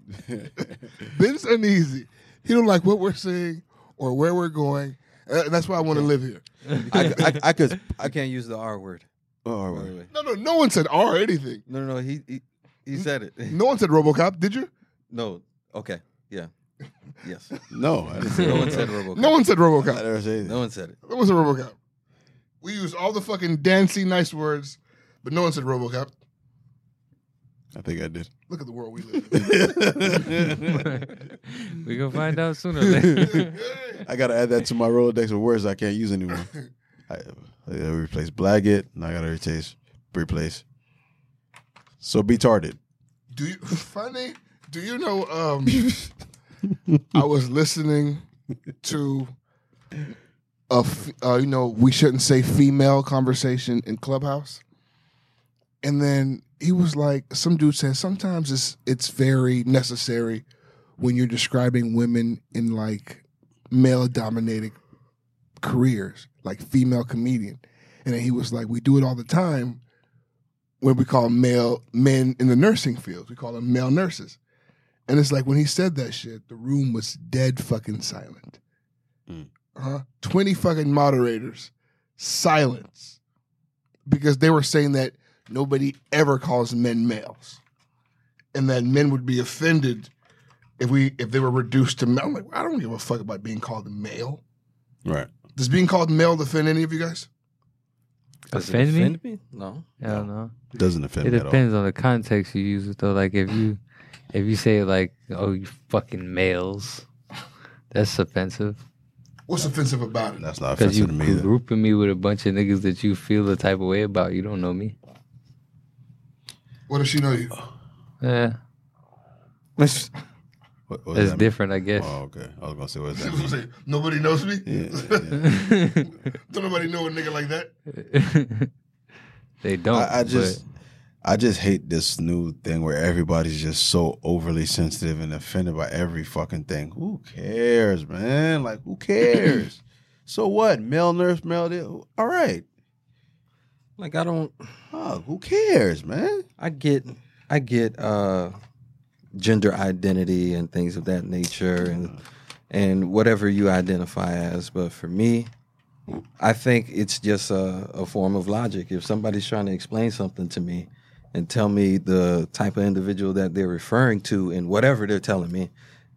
Speaker 1: Ben's uneasy. He don't like what we're saying or where we're going. Uh, that's why I want to live here.
Speaker 2: I, I, I could.
Speaker 4: I can't use the R word.
Speaker 2: Oh,
Speaker 4: by
Speaker 2: wait.
Speaker 4: the way.
Speaker 1: No, no, no one said R or anything.
Speaker 4: No, no, no. He he, he said it.
Speaker 1: No one said RoboCop. Did you?
Speaker 4: No. Okay. Yeah. Yes.
Speaker 2: no, I didn't say
Speaker 4: No
Speaker 2: that.
Speaker 4: one said RoboCop.
Speaker 1: No one said RoboCop.
Speaker 2: I never said that.
Speaker 4: No one said it.
Speaker 1: It wasn't RoboCop. We used all the fucking dancy nice words, but no one said RoboCop.
Speaker 2: I think I did.
Speaker 1: Look at the world we live in.
Speaker 3: we gonna find out sooner or later.
Speaker 2: I gotta add that to my Rolodex of words I can't use anymore. I, I gotta replace Blaggett, and I gotta replace replace. So be tarded.
Speaker 1: Do you funny? Do you know? Um, I was listening to a f- uh, you know we shouldn't say female conversation in Clubhouse, and then he was like, some dude said sometimes it's it's very necessary when you're describing women in like male dominated careers, like female comedian, and then he was like, we do it all the time, when we call male men in the nursing field. We call them male nurses. And it's like when he said that shit, the room was dead fucking silent.
Speaker 2: Mm.
Speaker 1: Uh-huh. 20 fucking moderators, silence. Because they were saying that nobody ever calls men males. And that men would be offended if we if they were reduced to male. I'm like, I don't give a fuck about being called male.
Speaker 2: Right.
Speaker 1: Does being called male offend any of you guys?
Speaker 4: Does it
Speaker 3: Offend me?
Speaker 4: offend me? No.
Speaker 3: I don't know.
Speaker 2: Doesn't offend
Speaker 3: It
Speaker 2: me at all.
Speaker 3: depends on the context you use it though. Like if you if you say like, oh you fucking males, that's offensive.
Speaker 1: What's offensive about it?
Speaker 2: That's not
Speaker 3: Because you
Speaker 2: offensive to me. either.
Speaker 3: grouping me with a bunch of niggas that you feel the type of way about. You don't know me.
Speaker 1: What does she know you?
Speaker 3: Yeah,
Speaker 2: What- what does
Speaker 3: Eh, that's
Speaker 2: that mean?
Speaker 3: different, I guess.
Speaker 2: Oh, okay. I was gonna say what does that
Speaker 1: She was
Speaker 2: mean?
Speaker 1: like, Nobody knows me.
Speaker 2: Yeah, yeah.
Speaker 1: Don't nobody know a nigga like that.
Speaker 3: they don't.
Speaker 2: I, I just, I just hate this new thing where everybody's just so overly sensitive and offended by every fucking thing. Who cares, man? Like, who cares? so what? Male nurse, male. Deal. All right.
Speaker 4: Like I don't
Speaker 2: Huh, who cares, man?
Speaker 4: I get I get uh gender identity and things of that nature and and whatever you identify as, but for me I think it's just a, a form of logic. If somebody's trying to explain something to me and tell me the type of individual that they're referring to and whatever they're telling me,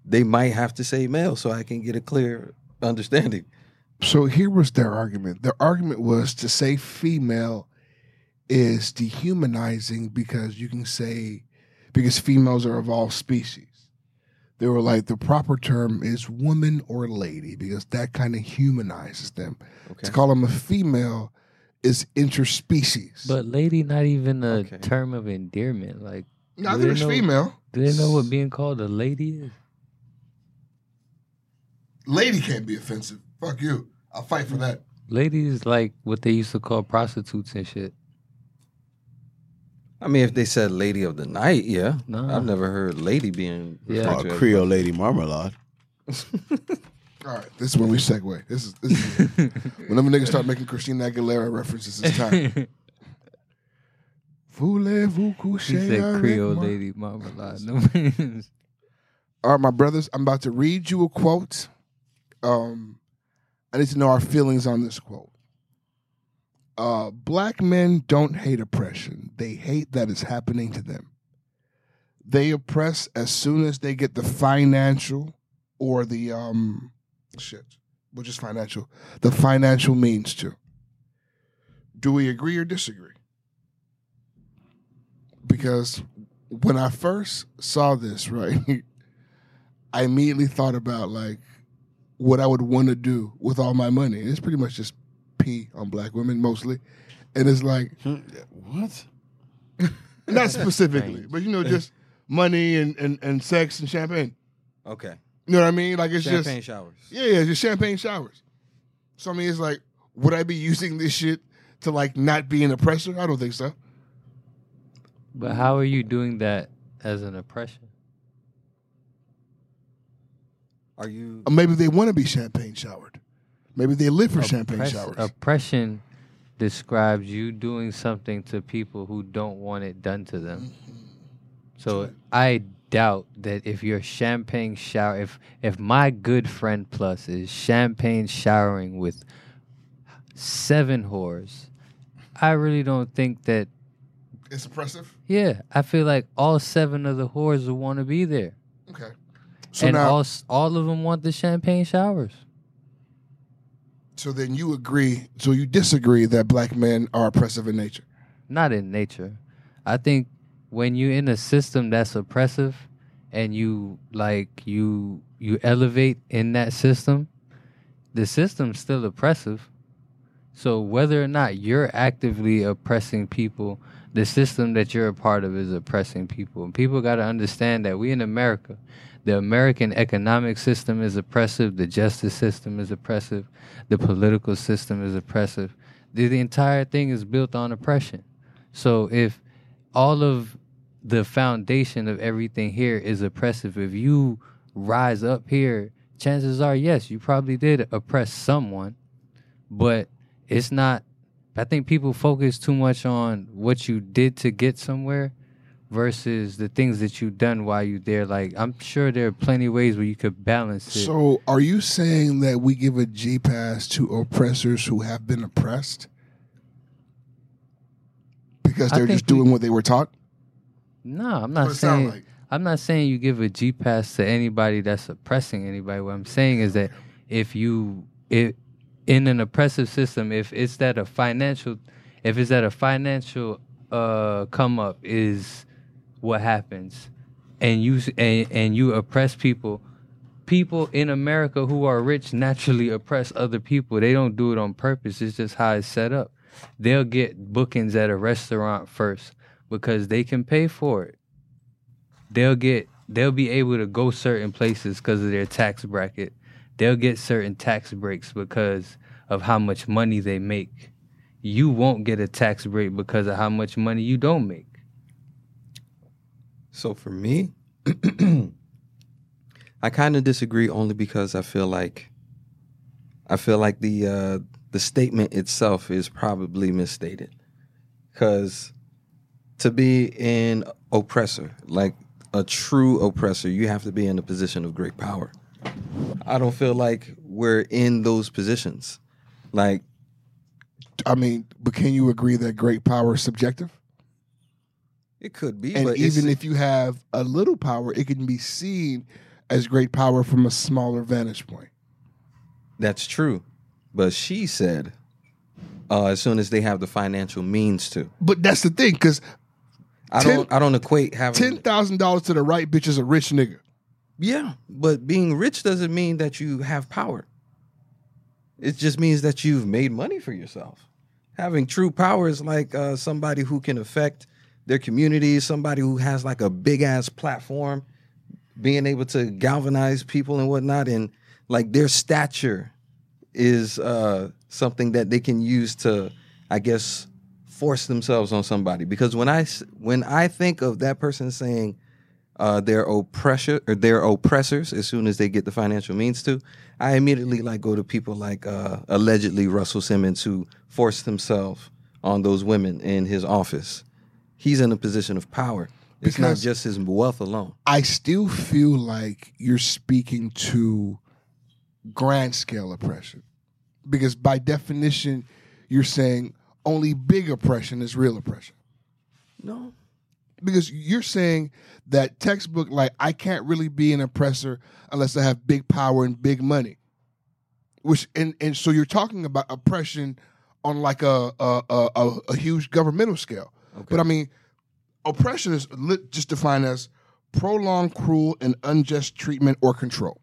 Speaker 4: they might have to say male so I can get a clear understanding.
Speaker 1: So here was their argument. Their argument was to say female is dehumanizing because you can say because females are of all species. They were like the proper term is woman or lady because that kind of humanizes them.
Speaker 4: Okay.
Speaker 1: To call them a female is interspecies.
Speaker 3: but lady, not even a
Speaker 4: Okay.
Speaker 3: term of endearment. Like,
Speaker 1: neither is
Speaker 3: They know-
Speaker 1: female.
Speaker 3: do they know what being called a lady is?
Speaker 1: Lady can't be offensive. Fuck you. I'll fight for that.
Speaker 3: Ladies like what they used to call prostitutes and shit.
Speaker 4: I mean if they said lady of the night, yeah.
Speaker 3: Nah.
Speaker 4: I've never heard lady being
Speaker 3: Yeah.
Speaker 4: referred
Speaker 2: Oh,
Speaker 4: to as-
Speaker 2: Creole lady marmalade.
Speaker 1: All right, this is when we segue. This is, this is whenever niggas start making Christina Aguilera references, it's time. Voulez-vous
Speaker 3: she
Speaker 1: coucher
Speaker 3: said
Speaker 1: avec
Speaker 3: Creole
Speaker 1: moi?
Speaker 3: lady marmalade. No
Speaker 1: All right, my brothers, I'm about to read you a quote. Um, I need to know our feelings on this quote. Uh, black men don't hate oppression, they hate that it's happening to them. They oppress as soon as they get the financial or the um, shit, which is financial, the financial means to. Do we agree or disagree? Because when I first saw this, right? I immediately thought about like what I would want to do with all my money. And it's pretty much just pee on black women mostly. And it's like
Speaker 2: Hmm, What?
Speaker 1: not specifically, but you know, just money and, and, and sex and champagne.
Speaker 4: Okay.
Speaker 1: You know what I mean? Like it's
Speaker 4: Champagne
Speaker 1: just
Speaker 4: showers.
Speaker 1: yeah, yeah, just champagne showers. So I mean it's like, would I be using this shit to like not be an oppressor? I don't think so.
Speaker 3: but how are you doing that as an oppression?
Speaker 4: Are you
Speaker 1: Or Uh, maybe they want to be champagne showered. Maybe they live for champagne
Speaker 3: Oppress-
Speaker 1: showers.
Speaker 3: Oppression describes you doing something to people who don't want it done to them.
Speaker 1: Mm-hmm.
Speaker 3: So I doubt that if your champagne shower, if if my good friend plus is champagne showering with seven whores, I really don't think that.
Speaker 1: It's oppressive.
Speaker 3: Yeah, I feel like all seven of the whores will want to be there,
Speaker 1: Okay. So
Speaker 3: and
Speaker 1: now,
Speaker 3: all s- all of them want the champagne showers.
Speaker 1: so then you agree, so you disagree that black men are oppressive in nature.
Speaker 3: not in nature. I think when you're in a system that's oppressive and you like you you elevate in that system, the system's still oppressive. So whether or not you're actively oppressing people, the system that you're a part of is oppressing people. And people got to understand that we in America, the American economic system is oppressive, the justice system is oppressive, the political system is oppressive. The, the entire thing is built on oppression. So if all of the foundation of everything here is oppressive, if you rise up here, chances are yes, you probably did oppress someone, but it's not I think people focus too much on what you did to get somewhere versus the things that you done while you there. Like I'm sure there are plenty of ways where you could balance it.
Speaker 1: So are you saying that we give a G pass to oppressors who have been oppressed? Because
Speaker 3: I
Speaker 1: they're
Speaker 3: think
Speaker 1: just doing
Speaker 3: we-
Speaker 1: what they were taught?
Speaker 3: no, I'm not
Speaker 1: What it sound
Speaker 3: saying
Speaker 1: like.
Speaker 3: I'm not saying you give a G pass to anybody that's oppressing anybody. What I'm saying is that if you it in an oppressive system, if it's that a financial if it's that a financial uh come up is what happens and you s- and, and you oppress people people in America who are rich naturally oppress other people. They don't do it on purpose. It's just how it's set up. They'll get bookings at a restaurant first because they can pay for it. They'll get they'll be able to go certain places because of their tax bracket. They'll get certain tax breaks because of how much money they make. You won't get a tax break because of how much money you don't make.
Speaker 4: So for me, I kind of disagree only because I feel like I feel like the uh, the statement itself is probably misstated. Because to be an oppressor, like a true oppressor, you have to be in a position of great power. I don't feel like we're in those positions. Like
Speaker 1: I mean, but can you agree that great power is subjective?
Speaker 4: it could be,
Speaker 1: And
Speaker 4: but it's-
Speaker 1: even if you have a little power, it can be seen as great power from a smaller vantage point.
Speaker 4: That's true. But she said, uh, as soon as they have the financial means to.
Speaker 1: But that's the thing, because
Speaker 4: I
Speaker 1: Ten-
Speaker 4: don't I don't equate having
Speaker 1: ten thousand dollars to the right bitch is a rich nigga.
Speaker 4: Yeah, but being rich doesn't mean that you have power. It just means that you've made money for yourself. Having true power is like uh, somebody who can affect their community, somebody who has like a big ass platform, being able to galvanize people and whatnot, and like their stature is uh, something that they can use to, I guess, force themselves on somebody. Because when I s- when I think of that person saying uh, their oppressor or their oppressors as soon as they get the financial means to. I immediately like go to people like uh, allegedly Russell Simmons who forced himself on those women in his office. He's in a position of power. It's
Speaker 1: Because-
Speaker 4: not just his wealth alone.
Speaker 1: I still feel like you're speaking to grand scale oppression. Because by definition, you're saying only big oppression is real oppression.
Speaker 4: No,
Speaker 1: Because you're saying that textbook, like, I can't really be an oppressor unless I have big power and big money. Which and, and so you're talking about oppression on like a a, a, a, a huge governmental scale.
Speaker 4: okay.
Speaker 1: But I mean, oppression is lit, just defined as prolonged, cruel, and unjust treatment or control.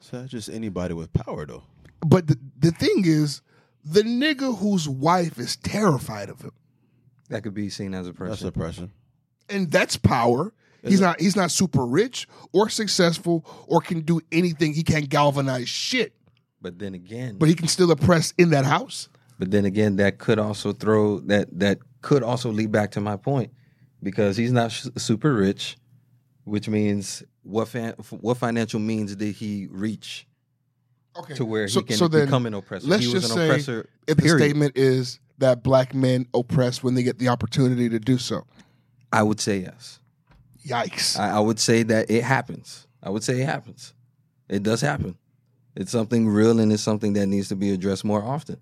Speaker 2: So that's just anybody with power, though.
Speaker 1: But the, the thing is, the nigga whose wife is terrified of him,
Speaker 4: that could be seen as
Speaker 2: That's
Speaker 4: oppression.
Speaker 2: oppression.
Speaker 1: and that's power. He's not. He's not super rich or successful or can do anything. He can't galvanize shit,
Speaker 4: but then again,
Speaker 1: but he can still oppress in that house.
Speaker 4: But then again, that could also throw that that could also lead back to my point because he's not sh- super rich, which means what fan, f- what financial means did he reach
Speaker 1: Okay.
Speaker 4: to where
Speaker 1: So-
Speaker 4: he can
Speaker 1: so then
Speaker 4: become an oppressor?
Speaker 1: let's
Speaker 4: he was
Speaker 1: just
Speaker 4: an
Speaker 1: say
Speaker 4: oppressor.
Speaker 1: if the
Speaker 4: period.
Speaker 1: statement is that black men oppress when they get the opportunity to do so,
Speaker 4: I would say yes.
Speaker 1: yikes!
Speaker 4: I, I would say that it happens. I would say it happens. It does happen. It's something real and it's something that needs to be addressed more often.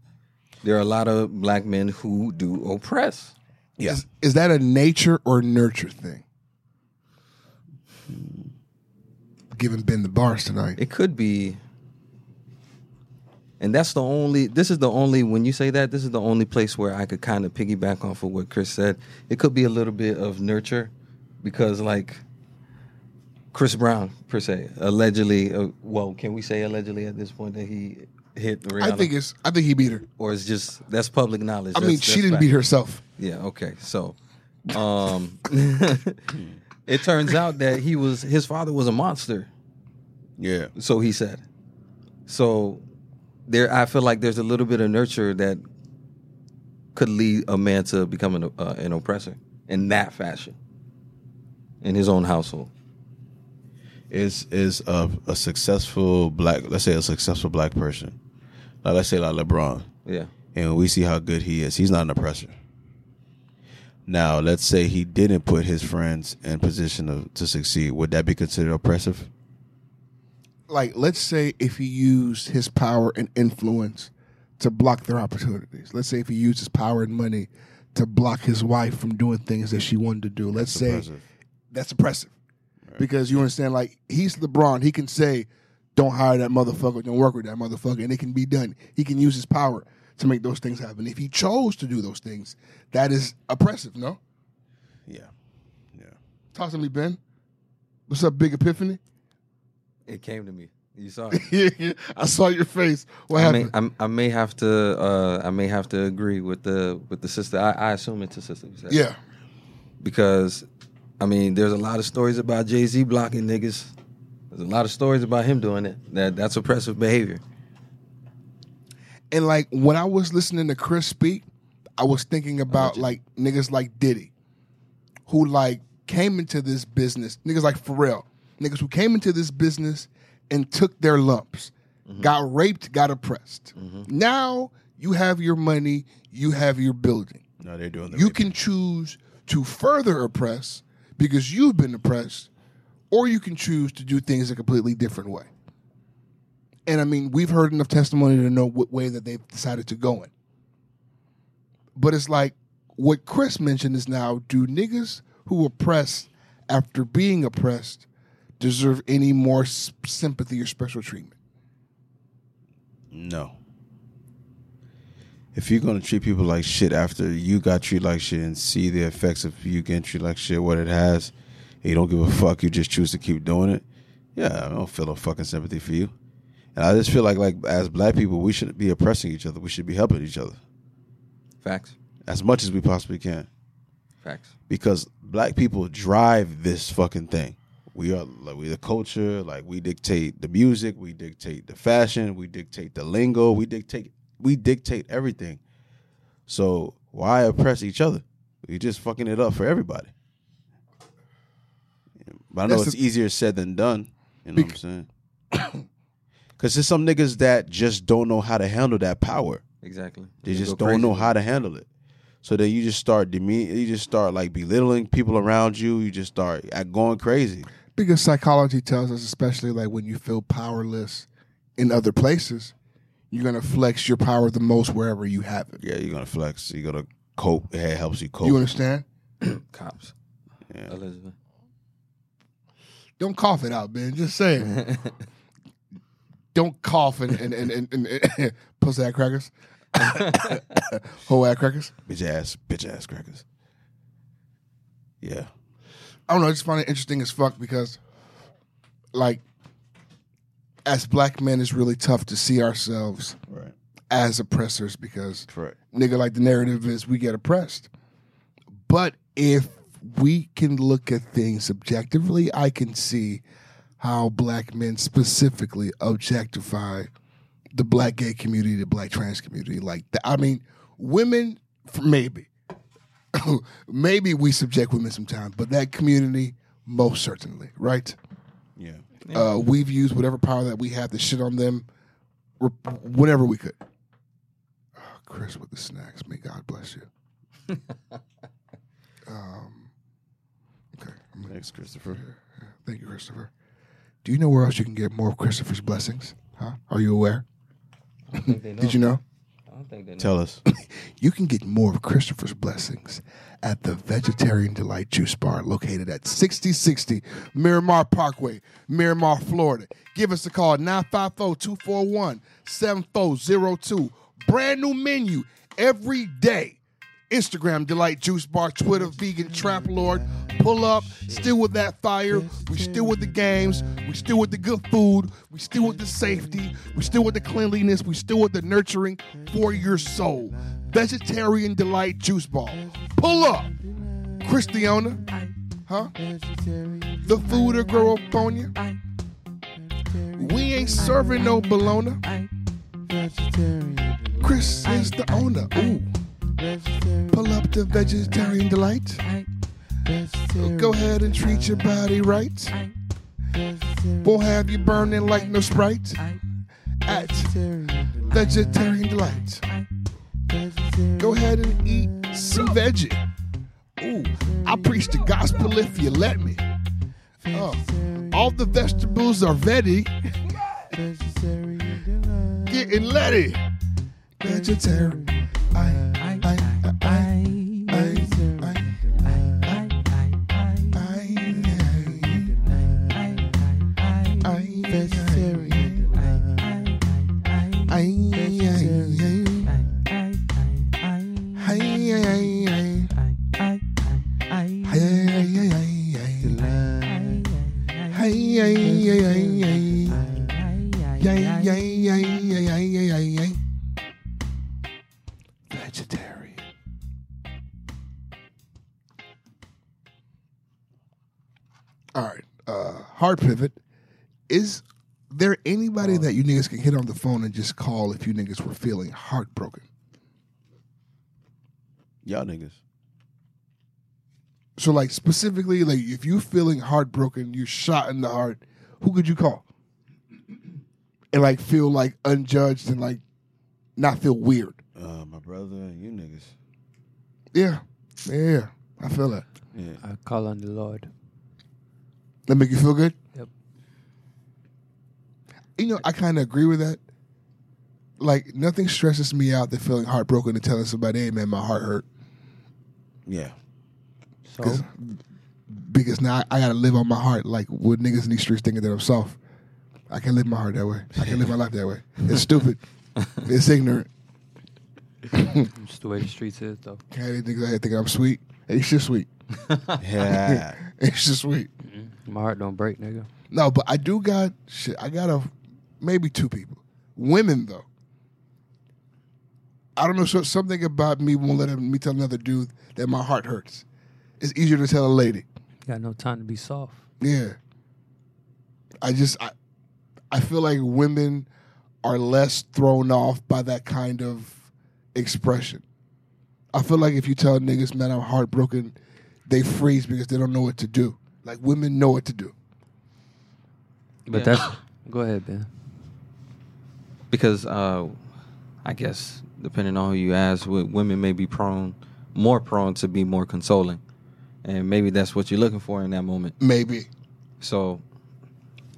Speaker 4: There are a lot of black men who do oppress.
Speaker 2: Yeah.
Speaker 1: Is, is that a nature or nurture thing? Giving Ben the bars tonight.
Speaker 4: It could be. And that's the only, this is the only, when you say that, this is the only place where I could kind of piggyback off of what Chris said. It could be a little bit of nurture because, like, Chris Brown, per se, allegedly, uh, well, can we say allegedly at this point that he hit Rihanna?
Speaker 1: I think it's. I think he beat her.
Speaker 4: or it's just, that's public knowledge.
Speaker 1: I mean, she didn't beat herself.
Speaker 4: Yeah, okay. So, um, it turns out that he was, his father was a monster.
Speaker 2: Yeah.
Speaker 4: So he said. So there, I feel like there's a little bit of nurture that could lead a man to become an, uh, an oppressor in that fashion, in his own household.
Speaker 2: Is is a, a successful black? Let's say a successful black person. Like let's say like LeBron,
Speaker 4: Yeah,
Speaker 2: and we see how good he is. He's not an oppressor. Now let's say he didn't put his friends in position of, to succeed. Would that be considered oppressive?
Speaker 1: Like, let's say if he used his power and influence to block their opportunities. Let's say if he used his power and money to block his wife from doing things that she wanted to do. Let's say
Speaker 2: Oppressive.
Speaker 1: that's oppressive. Because you understand, like, he's LeBron. He can say, don't hire that motherfucker, don't work with that motherfucker, and it can be done. He can use his power to make those things happen. If he chose to do those things, that is oppressive, no?
Speaker 2: Yeah. Yeah.
Speaker 1: Talk to me, Ben. What's up, Big Epiphany?
Speaker 4: It came to me. You saw it.
Speaker 1: Yeah, I saw your face. What
Speaker 4: I may,
Speaker 1: happened?
Speaker 4: I'm- I, may have to. Uh, I may have to agree with the with the sister. I, I assume it's a sister. you said.
Speaker 1: yeah.
Speaker 4: Because, I mean, there's a lot of stories about Jay Z blocking niggas. There's a lot of stories about him doing it. That that's oppressive behavior.
Speaker 1: And like when I was listening to Chris speak, I was thinking about like niggas like Diddy, who like came into this business, niggas like Pharrell, niggas who came into this business and took their lumps, got raped, got oppressed. Now you have your money, you have your building.
Speaker 2: No, they're doing the
Speaker 1: You
Speaker 2: raping.
Speaker 1: can choose to further oppress because you've been oppressed, or you can choose to do things a completely different way. And I mean, we've heard enough testimony to know what way that they've decided to go in. But it's like what Chris mentioned is now do niggas who oppress after being oppressed deserve any more s- sympathy or special treatment?
Speaker 2: No. If you're gonna treat people like shit after you got treated like shit and see the effects of you getting treated like shit, what it has, and you don't give a fuck, you just choose to keep doing it. Yeah, I don't feel no fucking sympathy for you. And I just feel like like as black people, we shouldn't be oppressing each other. We should be helping each other
Speaker 4: Facts.
Speaker 2: as much as we possibly can.
Speaker 4: Facts.
Speaker 2: Because black people drive this fucking thing. We are like we the culture, like we dictate the music, we dictate the fashion, we dictate the lingo, we dictate we dictate everything. So why oppress each other? You're just fucking it up for everybody. But I know
Speaker 1: That's
Speaker 2: it's
Speaker 1: the-
Speaker 2: easier said than done. You know what I'm saying? Cause there's some niggas that just don't know how to handle that power.
Speaker 4: Exactly.
Speaker 2: They
Speaker 4: You
Speaker 2: just
Speaker 4: go
Speaker 2: don't know
Speaker 4: crazy.
Speaker 2: how to handle it. So then you just start demean, you just start like belittling people around you. You just start act- going crazy.
Speaker 1: Because psychology tells us, especially like when you feel powerless in other places, you're going to flex your power the most wherever you have it.
Speaker 2: Yeah, you're gonna flex. You're gonna cope. It helps you cope.
Speaker 1: You understand?
Speaker 4: cops.
Speaker 2: Yeah.
Speaker 4: Elizabeth.
Speaker 1: Don't cough it out, man. Just say it. Don't cough and and and and, and, and pussy ass crackers, whole ass crackers.
Speaker 2: bitch ass, bitch ass crackers. Yeah,
Speaker 1: I don't know. I just find it interesting as fuck because, like, as black men, it's really tough to see ourselves
Speaker 2: right,
Speaker 1: as oppressors because
Speaker 2: correct.
Speaker 1: nigga, like the narrative is we get oppressed. But if we can look at things objectively, I can see how black men specifically objectify the black gay community, the black trans community. Like, the, I mean, women, f- maybe. maybe we subject women sometimes, but that community, most certainly, right?
Speaker 2: Yeah,
Speaker 1: Uh, we've used whatever power that we have to shit on them re- whenever we could. Oh, Chris with the snacks. May God bless you. um, okay. I'm-
Speaker 2: thanks, Christopher.
Speaker 1: Thank you, Christopher. Do you know where else you can get more of Christopher's blessings? Huh? Are you aware? Did you know?
Speaker 4: I don't think they know.
Speaker 2: Tell us.
Speaker 1: You can get more of Christopher's blessings at the Vegetarian Delight Juice Bar located at 6060 Miramar Parkway, Miramar, Florida. Give us a call 954 241 7402. Brand new menu every day. Instagram Delight Juice Bar, Twitter Vegan Trap Lord. Pull up, still with that fire. We still with the games. We still with the good food. We still with the safety. We still with the cleanliness. We still with the nurturing for your soul. Vegetarian Delight Juice Bar. Pull up, Christiana. Huh? The food will grow up on you. We ain't serving no bologna. Chris is the owner. Ooh. Pull up the vegetarian delight. Go ahead and treat your body right. Won't have you burning like no sprite. At vegetarian delight. Go ahead and eat some veggie. Ooh, I preach the gospel if you let me. Oh, all the vegetables are ready. Getting letty. Vegetarian. I, I, I, I. Yang, yang, yang, yang, yang, yang, yang, yang.
Speaker 2: Vegetarian.
Speaker 1: All right. Uh, hard pivot. Is there anybody that you niggas can hit on the phone and just call if you niggas were feeling heartbroken?
Speaker 2: Y'all niggas.
Speaker 1: So, like specifically, like if you feeling heartbroken, you shot in the heart. Who could you call? And like feel like unjudged and like not feel weird.
Speaker 2: Uh, my brother and you niggas.
Speaker 1: Yeah, yeah, I feel that.
Speaker 2: Yeah.
Speaker 3: I call on the Lord.
Speaker 1: That make you feel good.
Speaker 3: Yep.
Speaker 1: You know, I kind of agree with that. Like nothing stresses me out than feeling heartbroken and telling somebody, "Hey, man, my heart hurt,"
Speaker 2: Yeah.
Speaker 3: So
Speaker 1: 'Cause- because now I, I gotta live on my heart. Like what niggas in these streets thinking that I'm soft. I can live my heart that way. I can live my life that way. It's stupid. it's ignorant.
Speaker 3: just the way the streets is though.
Speaker 1: Can't have niggas out here thinking I'm sweet. Ain't shit sweet.
Speaker 2: Yeah.
Speaker 1: Ain't shit sweet.
Speaker 3: My heart don't break, nigga.
Speaker 1: No, but I do got shit. I got a maybe two people, women though. I don't know. So, something about me won't let me tell another dude that my heart hurts. It's easier to tell a lady.
Speaker 3: Got no time to be soft.
Speaker 1: Yeah. I just I, I feel like women are less thrown off by that kind of expression. I feel like if you tell niggas, man, I'm heartbroken, they freeze because they don't know what to do. Like women know what to do.
Speaker 3: But
Speaker 4: Yeah.
Speaker 3: that's go ahead, Ben.
Speaker 4: because uh, I guess depending on who you ask, wo- women may be prone, more prone to be more consoling, and maybe that's what you're looking for in that moment.
Speaker 1: Maybe.
Speaker 4: So,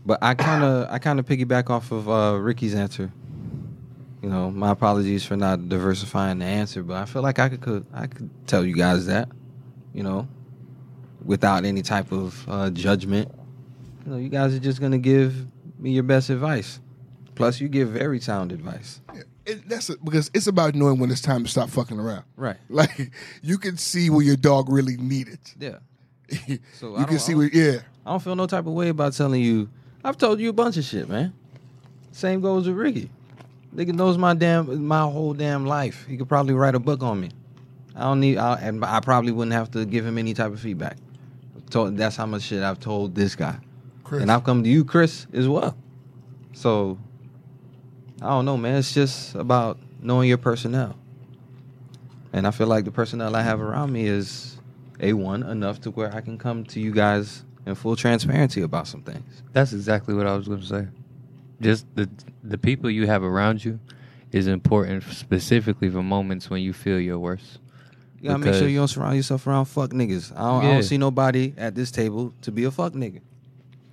Speaker 4: but I kind of I kind of piggyback off of uh, Ricky's answer. You know, my apologies for not diversifying the answer, but I feel like I could, could I could tell you guys that, you know, without any type of uh, judgment. You know, you guys are just gonna give me your best advice. Plus, you give very sound advice.
Speaker 1: It, that's it, because it's about knowing when it's time to stop fucking around.
Speaker 4: Right.
Speaker 1: Like you can see where your dog really needed.
Speaker 4: Yeah.
Speaker 1: you
Speaker 4: So I
Speaker 1: can
Speaker 4: don't-
Speaker 1: see
Speaker 4: I don't-
Speaker 1: where yeah.
Speaker 4: I don't feel no type of way about telling you. I've told you a bunch of shit, man. Same goes with Ricky. Nigga knows my damn my whole damn life. He could probably write a book on me. I don't need. I, and I probably wouldn't have to give him any type of feedback. I've Told, that's how much shit I've told this guy,
Speaker 1: Chris.
Speaker 4: and I've come to you, Chris, as well. So I don't know, man. It's just about knowing your personnel, and I feel like the personnel I have around me is a one enough to where I can come to you guys in full transparency about some things.
Speaker 3: That's exactly what I was going to say. Just the the people you have around you is important, specifically for moments when you feel your worst.
Speaker 4: You gotta make sure
Speaker 3: Because-
Speaker 4: you don't surround yourself around fuck niggas. I don't, I
Speaker 3: Yeah.
Speaker 4: don't see nobody at this table to be a fuck nigga.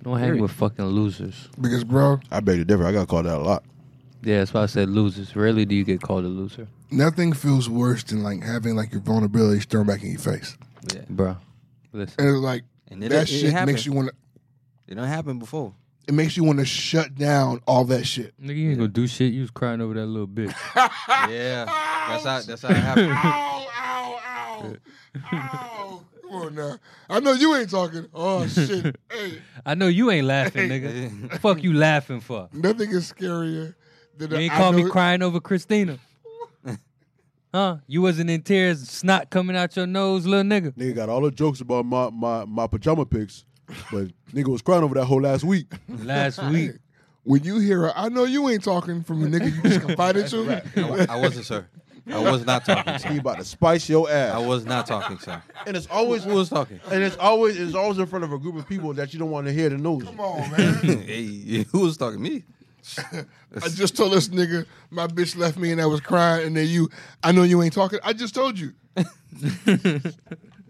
Speaker 3: Don't hang
Speaker 4: Period.
Speaker 3: with fucking losers.
Speaker 1: because bro,
Speaker 2: I beg to differ. I got called out a lot.
Speaker 3: Yeah, that's why I said losers. Rarely do you get called a loser,
Speaker 1: nothing feels worse than like having like your vulnerabilities thrown back in your face.
Speaker 4: Yeah.
Speaker 3: bro. Listen,
Speaker 1: And it's like
Speaker 4: And it,
Speaker 1: that
Speaker 4: it,
Speaker 1: shit
Speaker 4: it happened.
Speaker 1: makes you want to.
Speaker 4: it done happened before.
Speaker 1: It makes you want to shut down all that shit.
Speaker 3: nigga, you ain't gonna do shit. You was crying over that little bitch.
Speaker 1: Ah!
Speaker 4: yeah. That's how that's how it happened.
Speaker 1: ow, ow, ow, ow! Come on now. I know you ain't talking. Oh shit! Hey,
Speaker 3: I know you ain't laughing, nigga. Fuck you laughing for?
Speaker 1: nothing is scarier than
Speaker 3: You ain't
Speaker 1: I
Speaker 3: call me
Speaker 1: know-
Speaker 3: crying over Christina. Huh? You wasn't in tears, snot coming out your nose, little nigga.
Speaker 2: Nigga got all the jokes about my my, my pajama pics, but nigga was crying over that whole last week.
Speaker 3: Last week.
Speaker 1: When you hear, a, I know you ain't talking from a nigga you just confided to.
Speaker 4: I, I wasn't sir. I was not talking,
Speaker 2: He
Speaker 4: sir.
Speaker 2: about to spice your ass.
Speaker 4: I was not talking, sir.
Speaker 2: and it's always
Speaker 4: Who was talking?
Speaker 2: and it's always it's always in front of a group of people that you don't want to hear the news.
Speaker 1: Come on, man.
Speaker 4: hey, who was talking? Me?
Speaker 1: I just told this nigga my bitch left me and I was crying, and then you, I know you ain't talking. I just told you.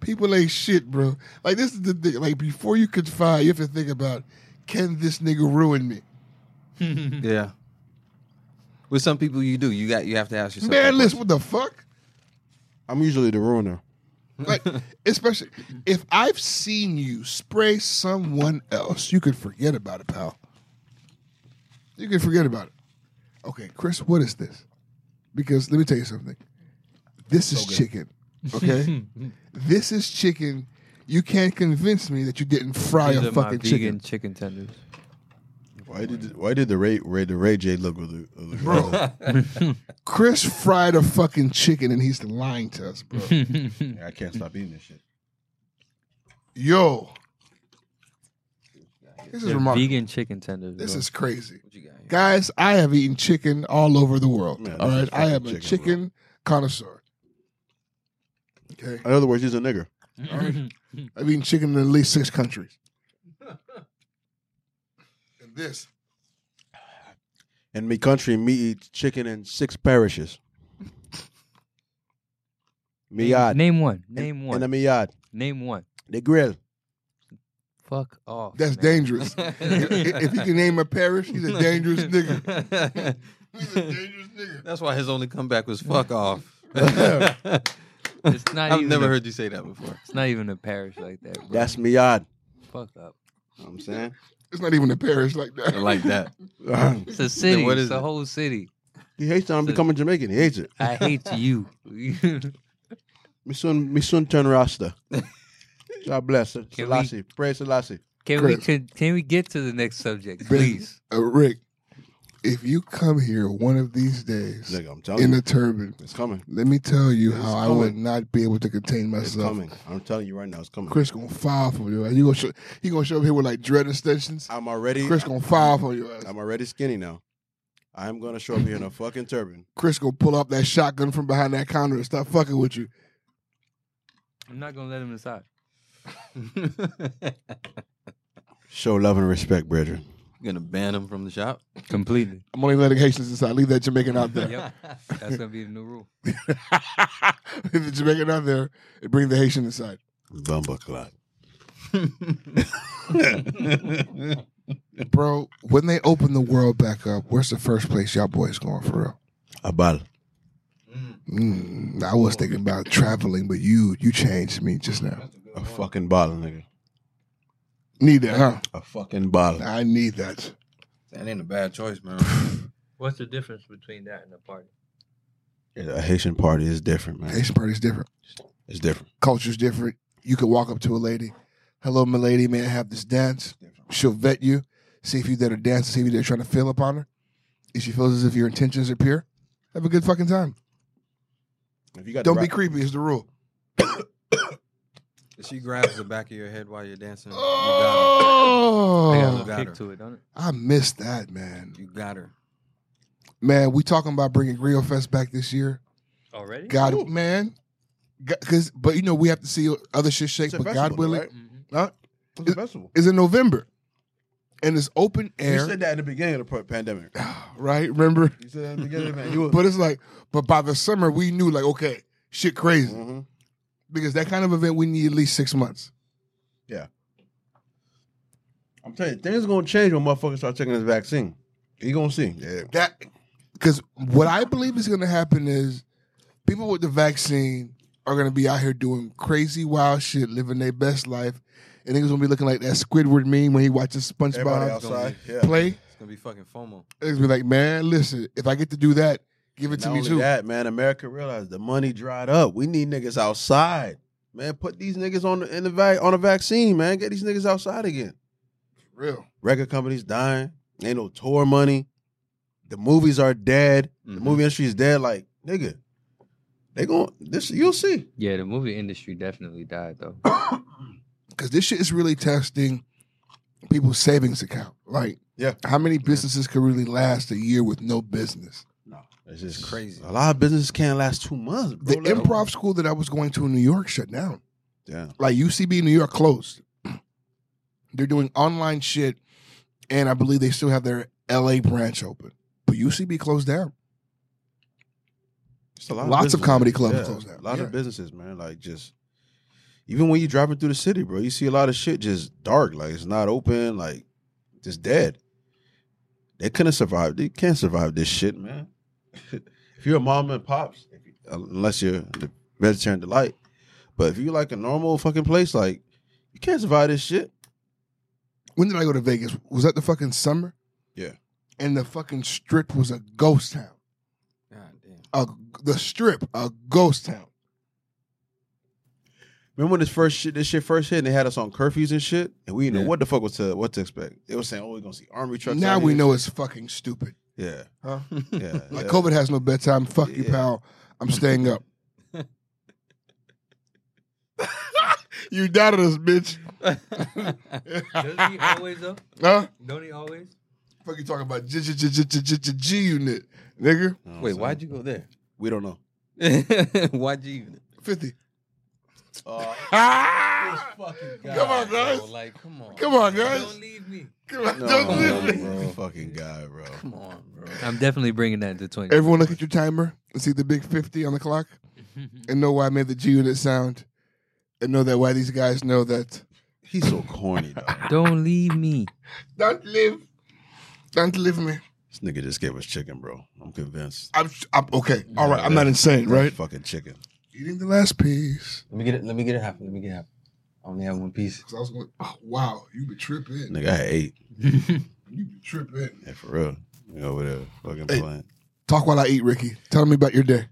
Speaker 1: People ain't shit, bro. Like this is the thing. Like before you confide, you have to think about: Can this nigga ruin me?
Speaker 4: Yeah. With some people you do. You got you have to ask yourself. that
Speaker 1: Man, listen,
Speaker 4: question.
Speaker 1: what the fuck?
Speaker 2: I'm usually the ruiner.
Speaker 1: Like, especially if I've seen you spray someone else, you could forget about it, pal. You can forget about it. Okay, Chris, what is this? Because let me tell you something. This is chicken. Okay? this is chicken You can't convince me that you didn't fry
Speaker 3: These
Speaker 1: a
Speaker 3: are my
Speaker 1: fucking chicken.
Speaker 3: vegan chicken tenders.
Speaker 2: Why did why did the Ray Ray the Ray J look? look, look bro,
Speaker 1: Chris fried a fucking chicken and he's lying to us, bro.
Speaker 2: I can't stop eating this shit.
Speaker 1: Yo. This is
Speaker 3: They're
Speaker 1: remarkable.
Speaker 3: vegan chicken tenders.
Speaker 1: This
Speaker 3: bro.
Speaker 1: is crazy.
Speaker 4: What you got here?
Speaker 1: Guys, I have eaten chicken all over the world.
Speaker 2: Man, this
Speaker 1: all right.
Speaker 2: is
Speaker 1: I am a
Speaker 2: fucking
Speaker 1: chicken,
Speaker 2: chicken,
Speaker 1: connoisseur. Okay.
Speaker 2: In other words, he's a nigger.
Speaker 1: All right. I've eaten chicken in at least six countries. and this.
Speaker 2: In me country, me eat chicken in six parishes. Miad.
Speaker 3: Name one. Name
Speaker 2: In
Speaker 3: one.
Speaker 2: the Miad.
Speaker 3: Name one.
Speaker 2: The grill.
Speaker 3: Fuck off.
Speaker 1: That's
Speaker 3: man.
Speaker 1: dangerous. if, if you can name a parish, he's a dangerous nigga. He's a dangerous nigga.
Speaker 4: That's why his only comeback was "fuck off."
Speaker 3: It's not
Speaker 4: I've
Speaker 3: even
Speaker 4: never
Speaker 3: a-
Speaker 4: heard you say that before.
Speaker 3: It's not even a parish like that. Bro.
Speaker 2: That's Miad.
Speaker 3: fuck up.
Speaker 2: You know what I'm saying?
Speaker 1: It's not even a parish like that.
Speaker 4: Like that.
Speaker 3: It's a city.
Speaker 4: what
Speaker 3: It's
Speaker 4: is
Speaker 3: a
Speaker 4: it?
Speaker 3: whole city.
Speaker 2: he hates that I'm becoming Jamaican. He hates it.
Speaker 3: I hate you.
Speaker 2: Me soon, me soon turn Rasta. God bless.
Speaker 3: we-
Speaker 2: Selassie. Praise Selassie.
Speaker 3: can we
Speaker 1: Chris.
Speaker 3: can, can we get to the next subject,
Speaker 1: Ben,
Speaker 3: please?
Speaker 1: Uh, Rick, if you come here one of these days
Speaker 2: Nigga, I'm telling
Speaker 1: in
Speaker 2: you.
Speaker 1: a turban,
Speaker 2: it's coming.
Speaker 1: let me tell you
Speaker 2: oh. It's
Speaker 1: how I
Speaker 2: coming.
Speaker 1: would not be able to contain
Speaker 2: It's
Speaker 1: myself.
Speaker 2: coming. I'm telling you right now, it's coming.
Speaker 1: uh, Chris gonna file for you. You gonna show, he gonna show up here with like dread extensions.
Speaker 2: I'm already
Speaker 1: Chris gonna file for you.
Speaker 2: I'm already skinny now. I'm gonna show up here in a fucking turban.
Speaker 1: Chris gonna pull up that shotgun from behind that counter and start fucking with you.
Speaker 3: I'm not gonna let him inside.
Speaker 2: Show love and respect, brethren.
Speaker 4: gonna ban him from the shop.
Speaker 3: Completely.
Speaker 1: I'm only letting Haitians inside. Leave that Jamaican out there.
Speaker 3: Yep. That's gonna be the new rule.
Speaker 1: Leave the Jamaican out there and bring the Haitian inside.
Speaker 2: Bumba clot.
Speaker 1: Bro, when they open the world back up, where's the first place y'all boys going for real?
Speaker 2: Abal.
Speaker 1: Mm, I was thinking about traveling, but you you changed me just now.
Speaker 2: A fucking ball, nigga.
Speaker 1: Need that, huh?
Speaker 2: A fucking ball.
Speaker 1: I need that.
Speaker 4: That ain't a bad choice, man.
Speaker 3: What's the difference between that and a party?
Speaker 2: A Haitian party is different, man.
Speaker 1: Haitian party's different.
Speaker 2: It's different.
Speaker 1: Culture's different. You could walk up to a lady, hello, my lady, may I have this dance? She'll vet you, see if you did her dance, see if you're trying to feel upon her. If she feels as if your intentions are pure, have a good fucking time.
Speaker 2: If you got
Speaker 1: Don't
Speaker 2: the
Speaker 1: be
Speaker 2: right,
Speaker 1: creepy is the rule.
Speaker 4: If she grabs the back of your head while you're dancing,
Speaker 3: I got a
Speaker 1: Oh,
Speaker 3: little
Speaker 4: Got
Speaker 3: kick
Speaker 4: her.
Speaker 3: to it, don't it?
Speaker 1: I missed that, man.
Speaker 4: you got her.
Speaker 1: Man, we talking about bringing Grill Fest back this year.
Speaker 3: Already?
Speaker 1: God, man. Because, but you know, we have to see other shit shake.
Speaker 2: It's a
Speaker 1: But God
Speaker 2: festival,
Speaker 1: willing,
Speaker 2: right?
Speaker 3: Mhm.
Speaker 1: huh?
Speaker 2: It's a festival.
Speaker 1: is in November, and it's open
Speaker 2: You
Speaker 1: air.
Speaker 2: said that in the beginning of the pa- pandemic.
Speaker 1: right? Remember?
Speaker 2: You said that in the beginning of the pandemic. You were-
Speaker 1: But it's like, but by the summer we knew like, okay, shit crazy
Speaker 2: Mhm.
Speaker 1: because that kind of event we need at least six months.
Speaker 2: I'm telling you, things gonna change when motherfuckers start taking this vaccine. You gonna see. Yeah.
Speaker 1: That because what I believe is going to happen is people with the vaccine are going to be out here doing crazy wild shit, living their best life, and niggas going to be looking like that Squidward meme when he watches
Speaker 2: Everybody
Speaker 1: SpongeBob
Speaker 2: outside. Yeah.
Speaker 1: play.
Speaker 4: It's gonna be fucking FOMO.
Speaker 1: It's be like, man, listen, if I get to do that, give it
Speaker 2: Not
Speaker 1: to me
Speaker 2: only
Speaker 1: too.
Speaker 2: that, man, America realized the money dried up. We need niggas outside, man. Put these niggas on the, in the vac on a vaccine, man. Get these niggas outside again.
Speaker 1: Real.
Speaker 2: Record companies dying. Ain't no tour money. The movies are dead. The
Speaker 1: Mm-hmm.
Speaker 4: Mhm.
Speaker 2: movie industry is dead. Like nigga, they going this. You'll see.
Speaker 3: Yeah, the movie industry definitely died though.
Speaker 1: because this shit is really testing people's savings account. Like,
Speaker 2: Yeah.
Speaker 1: how many businesses can really last a year with no business?
Speaker 2: No, it's just
Speaker 4: crazy.
Speaker 2: A lot of businesses can't last two months.
Speaker 1: The
Speaker 2: Bro. Let alone-
Speaker 1: improv school that I was going to in New York shut down.
Speaker 2: Yeah.
Speaker 1: Like UCB New York closed. They're doing online shit, and I believe they still have their LA branch open. But UCB closed down.
Speaker 2: It's a lot
Speaker 1: Lots of
Speaker 2: businesses,
Speaker 1: comedy
Speaker 2: man.
Speaker 1: clubs
Speaker 2: Yeah,
Speaker 1: closed down.
Speaker 2: A lot
Speaker 1: Yeah.
Speaker 2: of businesses, man. Like just even when you driving through the city, bro, you see a lot of shit just dark. Like it's not open. Like just dead. They couldn't survive. They can't survive this shit, man. if you're a mom and pops, if you- uh, unless you're the vegetarian delight, but if you like a normal fucking place, like you can't survive this shit.
Speaker 1: When did I go to Vegas? Was that the fucking summer?
Speaker 2: Yeah.
Speaker 1: And the fucking strip was a ghost town.
Speaker 4: God damn.
Speaker 1: A, the strip, a ghost town.
Speaker 2: Remember when this first shit, this shit first hit, and they had us on curfews and shit, and we didn't
Speaker 4: Yeah.
Speaker 2: know what the fuck was to what to expect. It was saying, "Oh, we're gonna see army trucks."
Speaker 1: now
Speaker 2: out
Speaker 1: we
Speaker 2: here.
Speaker 1: know it's fucking stupid.
Speaker 2: Yeah,
Speaker 1: Huh?
Speaker 2: yeah.
Speaker 1: Like
Speaker 2: yeah.
Speaker 1: COVID has no bedtime. Fuck you,
Speaker 2: Yeah.
Speaker 1: pal. I'm staying up. you doubted us, bitch.
Speaker 3: Doesn't he always though?
Speaker 1: Huh?
Speaker 3: Don't he always?
Speaker 1: Fuck you talking about G G G G G G G unit, nigga.
Speaker 2: You know what I'm
Speaker 4: Wait,
Speaker 2: saying?
Speaker 4: why'd you go there?
Speaker 2: We don't know.
Speaker 4: why'd you even?
Speaker 1: Fifty.
Speaker 2: Uh,
Speaker 4: Fucking
Speaker 1: Come on, guys. bro,
Speaker 4: Like, come on.
Speaker 1: Come on, guys.
Speaker 3: Don't leave me.
Speaker 1: Come on,
Speaker 2: no,
Speaker 1: don't leave me.
Speaker 2: bro. fucking guy, bro.
Speaker 4: Come on, bro.
Speaker 3: I'm definitely bringing that into 20.
Speaker 1: Everyone look at your timer and see the big 50 on the clock and know why I made the G unit sound and know that why these guys know that.
Speaker 2: He's so corny, though.
Speaker 3: Don't leave me.
Speaker 1: Don't live. Don't leave me.
Speaker 2: This nigga just gave us chicken, bro. I'm convinced.
Speaker 1: I'm, I'm okay. All right. I'm not insane, right?
Speaker 2: Fucking chicken.
Speaker 1: Eating the last piece.
Speaker 4: Let me get it. Let me get it happen. Let me get it happen. I only have one piece.
Speaker 1: 'Cause I was going, oh, wow, you be tripping.
Speaker 2: Nigga, I had eight.
Speaker 1: You be tripping.
Speaker 2: Yeah, for real. You over there fucking
Speaker 1: Hey.
Speaker 2: playing.
Speaker 1: Talk while I eat, Ricky. Tell me about your day.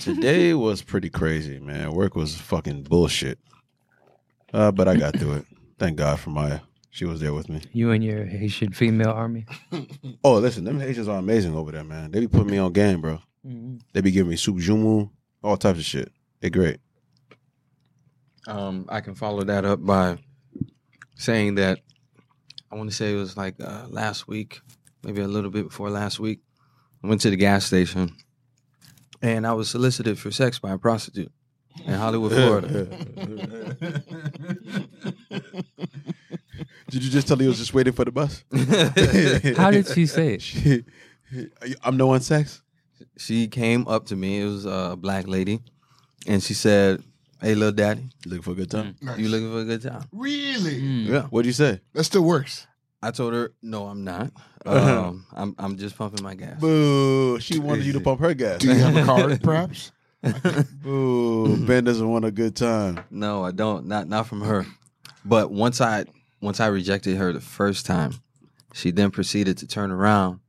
Speaker 2: Today was pretty crazy, man. Work was fucking bullshit. Uh, but I got through it. Thank God for Maya. She was there with me.
Speaker 3: You and your Haitian female army.
Speaker 2: Oh, listen, them Haitians are amazing over there, man. They be putting me on game, bro.
Speaker 3: Mm-hmm.
Speaker 2: They be giving me soup jumu, all types of shit. They great.
Speaker 4: Um, I can follow that up by saying that I want to say it was like uh, last week, maybe a little bit before last week. I went to the gas station and I was solicited for sex by a prostitute in Hollywood, Florida.
Speaker 2: Did you just tell her you was just waiting for the bus?
Speaker 3: How did she say it?
Speaker 2: she? I'm no one sex.
Speaker 4: she came up to me. It was a black lady, and she said, "Hey, little daddy,
Speaker 2: Looking for a good time.
Speaker 1: Nice.
Speaker 4: you Mm. looking for a good time?"
Speaker 1: Really?
Speaker 3: Mm.
Speaker 2: Yeah. What'd you say?
Speaker 1: That still works.
Speaker 4: I told her, "No, I'm not. Um, I'm I'm just pumping my gas."
Speaker 2: Boo. She wanted you to pump her gas.
Speaker 1: Do you have a card, perhaps?
Speaker 2: Boo. Ben doesn't want a good time.
Speaker 4: No, I don't. Not not from her. But once I once I rejected her the first time, she then proceeded to turn around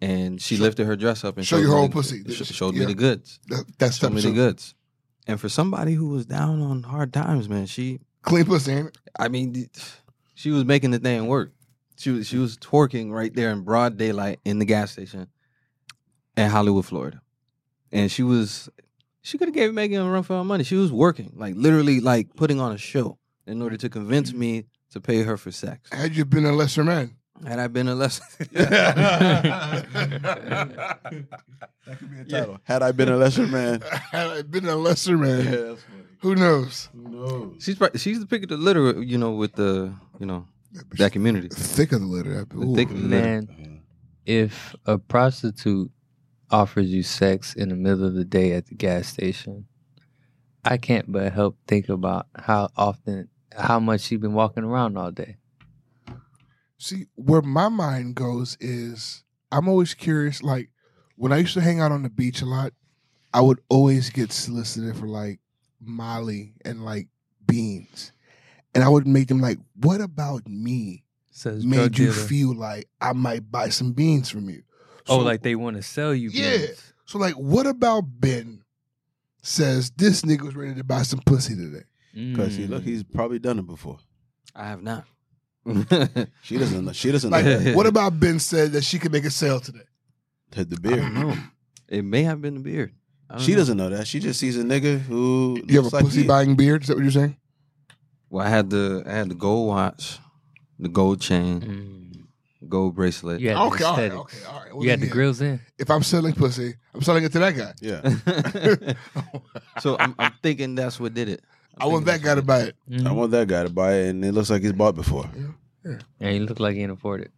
Speaker 4: and she lifted her dress up and
Speaker 1: show
Speaker 4: showed
Speaker 1: your
Speaker 4: me
Speaker 1: whole
Speaker 4: the-
Speaker 1: pussy.
Speaker 4: sh- showed
Speaker 1: Yeah.
Speaker 4: me the goods.
Speaker 1: That, that's
Speaker 4: Showed
Speaker 1: step
Speaker 4: me the
Speaker 1: two.
Speaker 4: goods. And for somebody who was down on hard times, man, she
Speaker 1: Clean pussy, ain't it?
Speaker 4: I mean, th- she was making the thing work. She was she was twerking right there in broad daylight in the gas station in Hollywood, Florida, and she was she could have gave Megan a run for her money. She was working like literally like putting on a show in order to convince me to pay her for sex.
Speaker 1: Had you been a lesser man?
Speaker 4: Had I been a less
Speaker 2: That could be a title. Had I been a lesser man.
Speaker 1: Had I been a lesser man?
Speaker 2: that's funny.
Speaker 1: Who knows?
Speaker 2: Who knows?
Speaker 4: she's prob- she's the pick of the litter, you know, with the you know that community.
Speaker 1: Thick of the litter. I-
Speaker 4: The thick of the litter.
Speaker 3: Man, if a prostitute offers you sex in the middle of the day at the gas station, I can't but help think about how often, how much she's been walking around all day.
Speaker 1: See, where my mind goes is I'm always curious. Like when I used to hang out on the beach a lot, I would always get solicited for like Molly and like beans, and I would make them like, "What about me?"
Speaker 3: Says drug
Speaker 1: Made you
Speaker 3: dealer.
Speaker 1: feel like I might buy some beans from you. So-
Speaker 3: Oh, like they want to sell you.
Speaker 1: Yeah.
Speaker 3: beans.
Speaker 1: So like, what about Ben? Says this nigga was ready to buy some pussy today.
Speaker 2: Because he
Speaker 3: Mm.
Speaker 2: look, he's probably done it before.
Speaker 4: I have not.
Speaker 2: She doesn't know. She doesn't know.
Speaker 1: Like, what about Ben said that she could make a sale today?
Speaker 2: Hit the
Speaker 4: I
Speaker 2: beard.
Speaker 4: don't know. It may have been the beard. I don't
Speaker 2: She
Speaker 4: know.
Speaker 2: doesn't know that. She just sees a nigga who
Speaker 1: You have a
Speaker 2: looks like
Speaker 1: pussy
Speaker 2: he-
Speaker 1: buying beard? Is that what you're saying?
Speaker 4: Well, I had the I had the gold watch, the gold chain,
Speaker 3: Mm.
Speaker 4: gold bracelet.
Speaker 3: You had
Speaker 1: Okay,
Speaker 3: the
Speaker 1: all right,
Speaker 3: aesthetics.
Speaker 1: okay, all right. Well,
Speaker 3: You had the
Speaker 1: yeah.
Speaker 3: grills in.
Speaker 1: If I'm selling pussy, I'm selling it to that guy.
Speaker 2: Yeah.
Speaker 4: so I'm, I'm thinking that's what did it.
Speaker 1: I want that guy to buy it.
Speaker 2: I
Speaker 3: Mm.
Speaker 2: want that guy to buy it, and it looks like he's bought before.
Speaker 3: And he looked like he can afford it.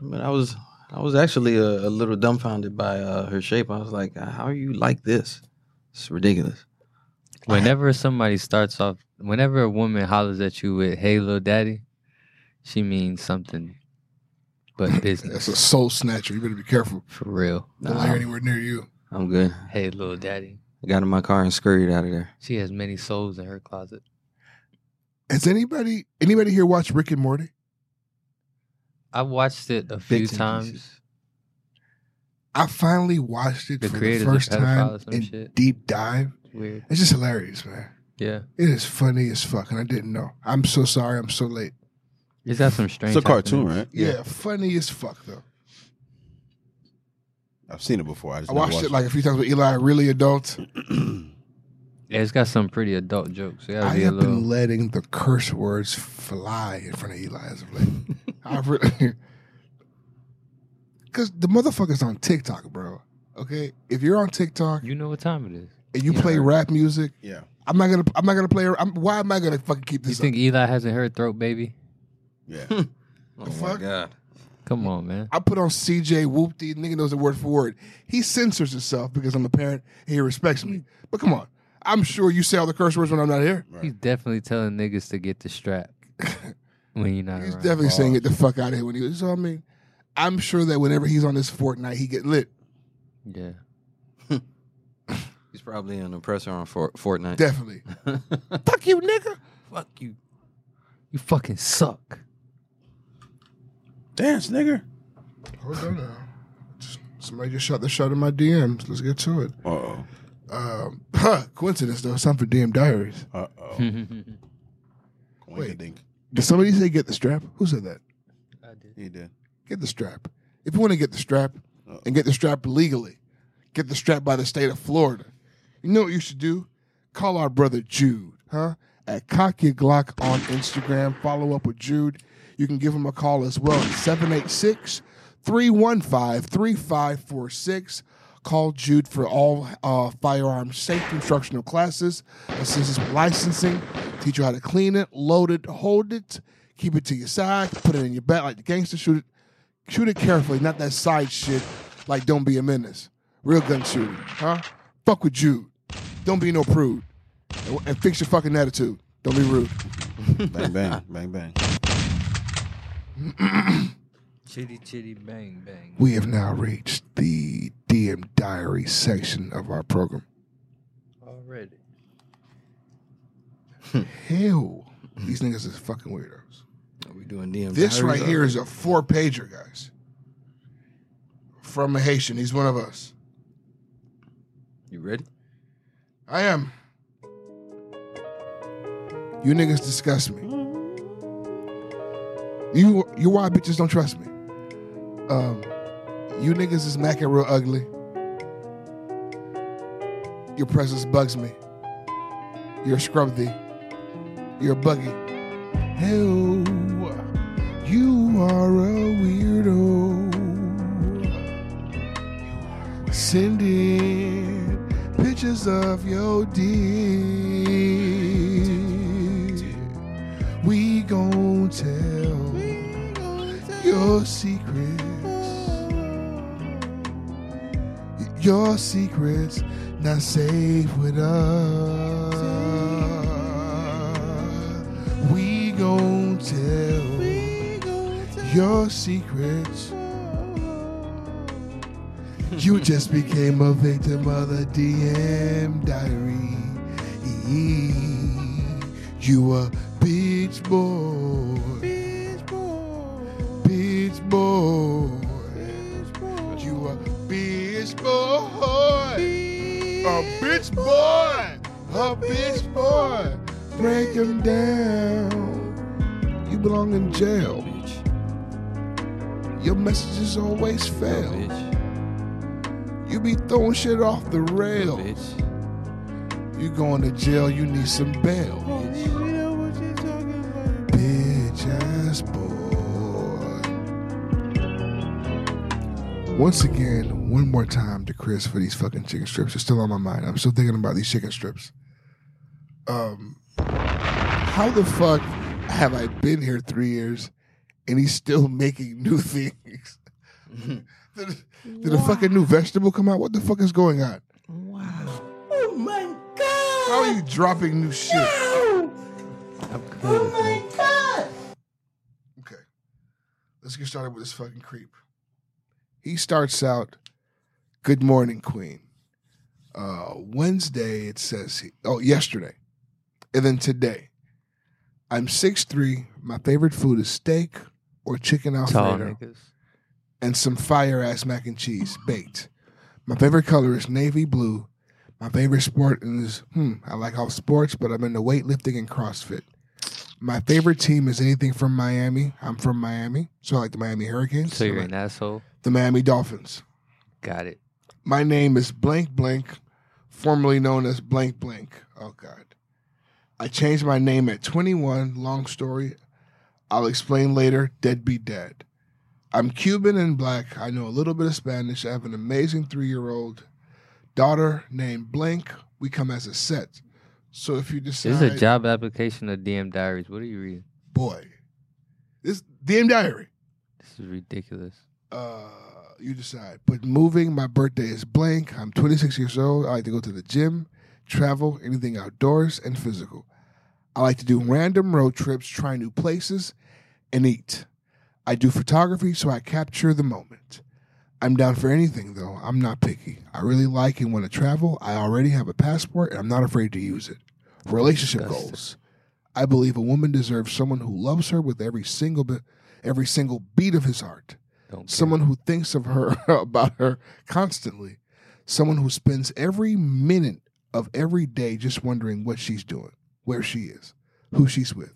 Speaker 4: But I was I was actually a, a little dumbfounded by uh, her shape. I was like, "How are you like this? It's ridiculous."
Speaker 3: Whenever somebody starts off, whenever a woman hollers at you with "Hey, little daddy," she means something, but
Speaker 1: That's
Speaker 3: business
Speaker 1: a soul snatcher. You better be careful.
Speaker 3: for real.
Speaker 1: Don't let her anywhere near you.
Speaker 4: I'm good.
Speaker 3: Hey, little daddy.
Speaker 4: I got in my car and scurried out of there.
Speaker 3: She has many souls in her closet.
Speaker 1: Has anybody anybody here watched Rick and Morty?
Speaker 3: I watched it a few
Speaker 4: Bits and
Speaker 3: times.
Speaker 4: pieces.
Speaker 1: I finally watched it
Speaker 3: The
Speaker 1: for the
Speaker 3: creators
Speaker 1: first
Speaker 3: are pedophiles
Speaker 1: time
Speaker 3: and
Speaker 1: in
Speaker 3: shit.
Speaker 1: deep dive.
Speaker 3: Weird.
Speaker 1: It's just hilarious, man.
Speaker 3: Yeah.
Speaker 1: It is funny as fuck, and I didn't know. I'm so sorry. I'm so late.
Speaker 3: It's got some strange.
Speaker 2: It's a cartoon,
Speaker 3: happenings.
Speaker 2: right?
Speaker 1: Yeah, funny as fuck though.
Speaker 2: I've seen it before. I just
Speaker 1: I
Speaker 2: never
Speaker 1: watched it like a few times with Eli. Really adult.
Speaker 3: Yeah, it's got some pretty adult jokes. It gotta
Speaker 1: I
Speaker 3: be a
Speaker 1: have
Speaker 3: little.
Speaker 1: been letting the curse words fly in front of Eli as of late. I really, because the motherfuckers on TikTok, bro. Okay, if you're on TikTok
Speaker 3: You know what time it is.
Speaker 1: and you
Speaker 3: Yeah.
Speaker 1: play rap music,
Speaker 2: yeah.
Speaker 1: I'm not gonna. I'm not gonna play. I'm, why am I gonna fucking keep
Speaker 3: You
Speaker 1: this?
Speaker 3: think Eli hasn't heard Throat Baby?
Speaker 2: Yeah.
Speaker 1: hmm.
Speaker 4: Oh
Speaker 1: The
Speaker 4: my
Speaker 1: fuck?
Speaker 4: god.
Speaker 3: Come on, man.
Speaker 1: up? I put on CJ Whoopty. Nigga knows it word for word. He censors himself because I'm a parent and he respects me. But come on, I'm sure you say all the curse words when I'm not here.
Speaker 2: Right.
Speaker 3: He's definitely telling niggas to get the strap when you're not
Speaker 1: He's
Speaker 3: around.
Speaker 1: definitely saying get the fuck out of here when he was. So I mean, I'm sure that whenever he's on this Fortnite, he get lit.
Speaker 3: Yeah.
Speaker 4: He's probably an oppressor on For- Fortnite.
Speaker 1: Definitely. fuck you, nigga.
Speaker 4: Fuck you.
Speaker 3: You fucking suck.
Speaker 2: Dance, nigga.
Speaker 1: Hold on now. Just- Somebody just shot the shot in my DMs. Let's get to it.
Speaker 2: Uh oh.
Speaker 1: Um, huh, coincidence though. It's time for DM Diaries.
Speaker 2: Uh
Speaker 3: Hmm.
Speaker 2: oh.
Speaker 1: Wait. Did somebody say get the strap? Who said that?
Speaker 2: He did.
Speaker 1: Get the strap. If you want to get the strap and get the strap legally, get the strap by the state of Florida. You know what you should do? Call our brother Jude, huh? At Cock Your Glock on Instagram. Follow up with Jude. You can give him a call as well at 786 315 3546. Call Jude for all uh, firearm safety instructional classes, assistance with licensing, teach you how to clean it, load it, hold it, keep it to your side, put it in your back like the gangster, shoot it shoot it carefully, not that side shit. Like, don't be a menace. Real gun shooting, huh? Fuck with Jude. Don't be no prude. And, and fix your fucking attitude. Don't be rude.
Speaker 2: Bang bang bang bang.
Speaker 3: Chitty chitty bang bang.
Speaker 1: We have now reached the DM diary section of our program.
Speaker 3: Already.
Speaker 1: Hell, these niggas is fucking weirdos.
Speaker 4: Are we doing DM?
Speaker 1: This
Speaker 4: diaries
Speaker 1: right
Speaker 4: or-
Speaker 1: here is a four pager, guys. From a Haitian. He's one of us.
Speaker 4: You ready?
Speaker 1: I am. You niggas disgust me. You you why bitches don't trust me. Um, you niggas is macking real ugly. Your presence bugs me. You're scrubby. You're buggy. Hell, you are a weirdo. Sending pictures of your dick. We gon' tell your secrets. Your secrets not safe with us. We gon' tell your secrets. You just became a victim of the DM diary. You a bitch boy. Bitch boy. Bitch boy. You a bitch boy. a bitch boy. A bitch boy. Break him down. You belong in jail.
Speaker 4: Bitch.
Speaker 1: Your messages always fail.
Speaker 4: Bitch.
Speaker 1: You be throwing shit off the rail.
Speaker 4: Bitch.
Speaker 1: You going to jail, you need some bail.
Speaker 4: Bitch.
Speaker 1: Bitch ass boy. Once again, one more time to Chris for these fucking chicken strips. It's still on my mind. I'm still thinking about these chicken strips. Um, how the fuck have I been here three years and he's still making new things? did, did a fucking new vegetable come out? What the fuck is going on?
Speaker 5: Oh my god!
Speaker 1: How are you dropping new shit?
Speaker 5: Oh my god!
Speaker 1: Okay. Let's get started with this fucking creep. He starts out, Good morning, Queen. Uh, Wednesday, it says, he- oh, yesterday. And then today. I'm 6'3. My favorite food is steak or chicken
Speaker 3: Tall
Speaker 1: Alfredo
Speaker 3: niggas.
Speaker 1: and some fire ass mac and cheese baked. My favorite color is navy blue. My favorite sport is hmm, I like all sports, but I'm into weightlifting and CrossFit. My favorite team is anything from Miami. I'm from Miami, so I like the Miami Hurricanes,
Speaker 3: So
Speaker 1: I
Speaker 3: you're
Speaker 1: like
Speaker 3: an asshole.
Speaker 1: the Miami Dolphins.
Speaker 3: Got it.
Speaker 1: My name is blank blank, formerly known as blank blank. Oh God, I changed my name at 21. Long story, I'll explain later. Dead be dead. I'm Cuban and black. I know a little bit of Spanish. I have an amazing three-year-old daughter named Blank. We come as a set. So if you decide,
Speaker 3: This is a job application of DM Diaries. What are you reading?
Speaker 1: boy. This DM diary.
Speaker 3: This is ridiculous.
Speaker 1: uh, you decide. But moving, my birthday is blank. I'm 26 years old. I like to go to the gym, travel, anything outdoors, and physical. I like to do random road trips, try new places, and eat. I do photography, so I capture the moment. I'm down for anything, though. I'm not picky. I really like and want to travel. I already have a passport, and I'm not afraid to use it. Relationship
Speaker 3: Disgusting.
Speaker 1: goals. I believe a woman deserves someone who loves her with every single bit, every single beat of his heart
Speaker 3: Don't care.
Speaker 1: someone who thinks of her about her constantly someone who spends every minute of every day just wondering what she's doing where she is who she's with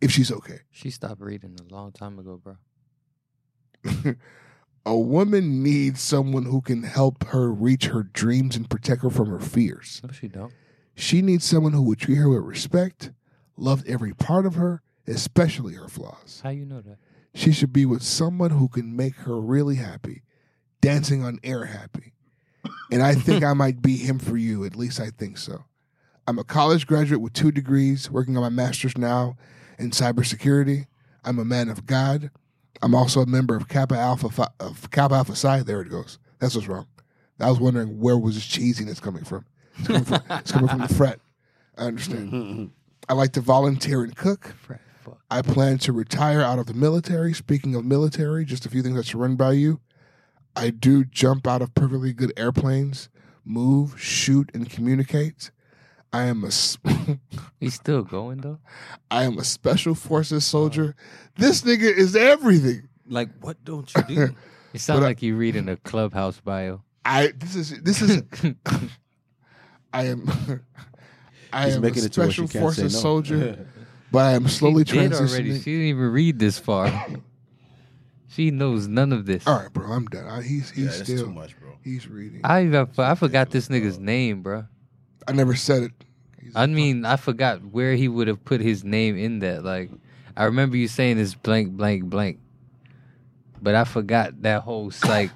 Speaker 1: if she's okay
Speaker 3: She stopped reading a long time ago, bro.
Speaker 1: a woman needs someone who can help her reach her dreams and protect her from her fears
Speaker 3: No, she don't.
Speaker 1: she needs someone who would treat her with respect love every part of her especially her flaws
Speaker 3: How you know that?
Speaker 1: She should be with someone who can make her really happy, dancing on air happy. And I think I might be him for you, at least I think so. I'm a college graduate with two degrees, working on my master's now in cybersecurity. I'm a man of God. I'm also a member of Kappa Alpha Phi, of Kappa Alpha Psi. There it goes. That's what's wrong. I was wondering where was this cheesiness coming from. It's coming from, it's coming from the frat. I understand. I like to volunteer and cook.
Speaker 3: Frat fuck.
Speaker 1: I plan to retire out of the military. Speaking of military, just a few things that should run by you. I do jump out of perfectly good airplanes, move, shoot, and communicate. I am a s-
Speaker 3: He's still going though.
Speaker 1: I am a special forces soldier. This nigga is everything.
Speaker 4: Like, what don't you do?
Speaker 3: It sounds
Speaker 1: But I-
Speaker 3: like you reading a clubhouse bio.
Speaker 1: I this is this is I am I
Speaker 6: He's
Speaker 1: am a
Speaker 6: making it to where she
Speaker 1: special
Speaker 6: can't say
Speaker 1: forces
Speaker 6: no.
Speaker 1: soldier, but I am slowly
Speaker 3: she did already.
Speaker 1: transitioning.
Speaker 3: She didn't even read this far. she knows none of this.
Speaker 1: All right, bro, I'm done. I, he's he's
Speaker 6: Yeah, that's too
Speaker 1: still
Speaker 6: much, bro.
Speaker 1: he's reading. I,
Speaker 3: I even I forgot this nigga's name, bro.
Speaker 1: never said it. He's
Speaker 3: I mean, I forgot where he would have put his name in that. Like, I remember you saying this blank, blank, blank, but I forgot that whole like.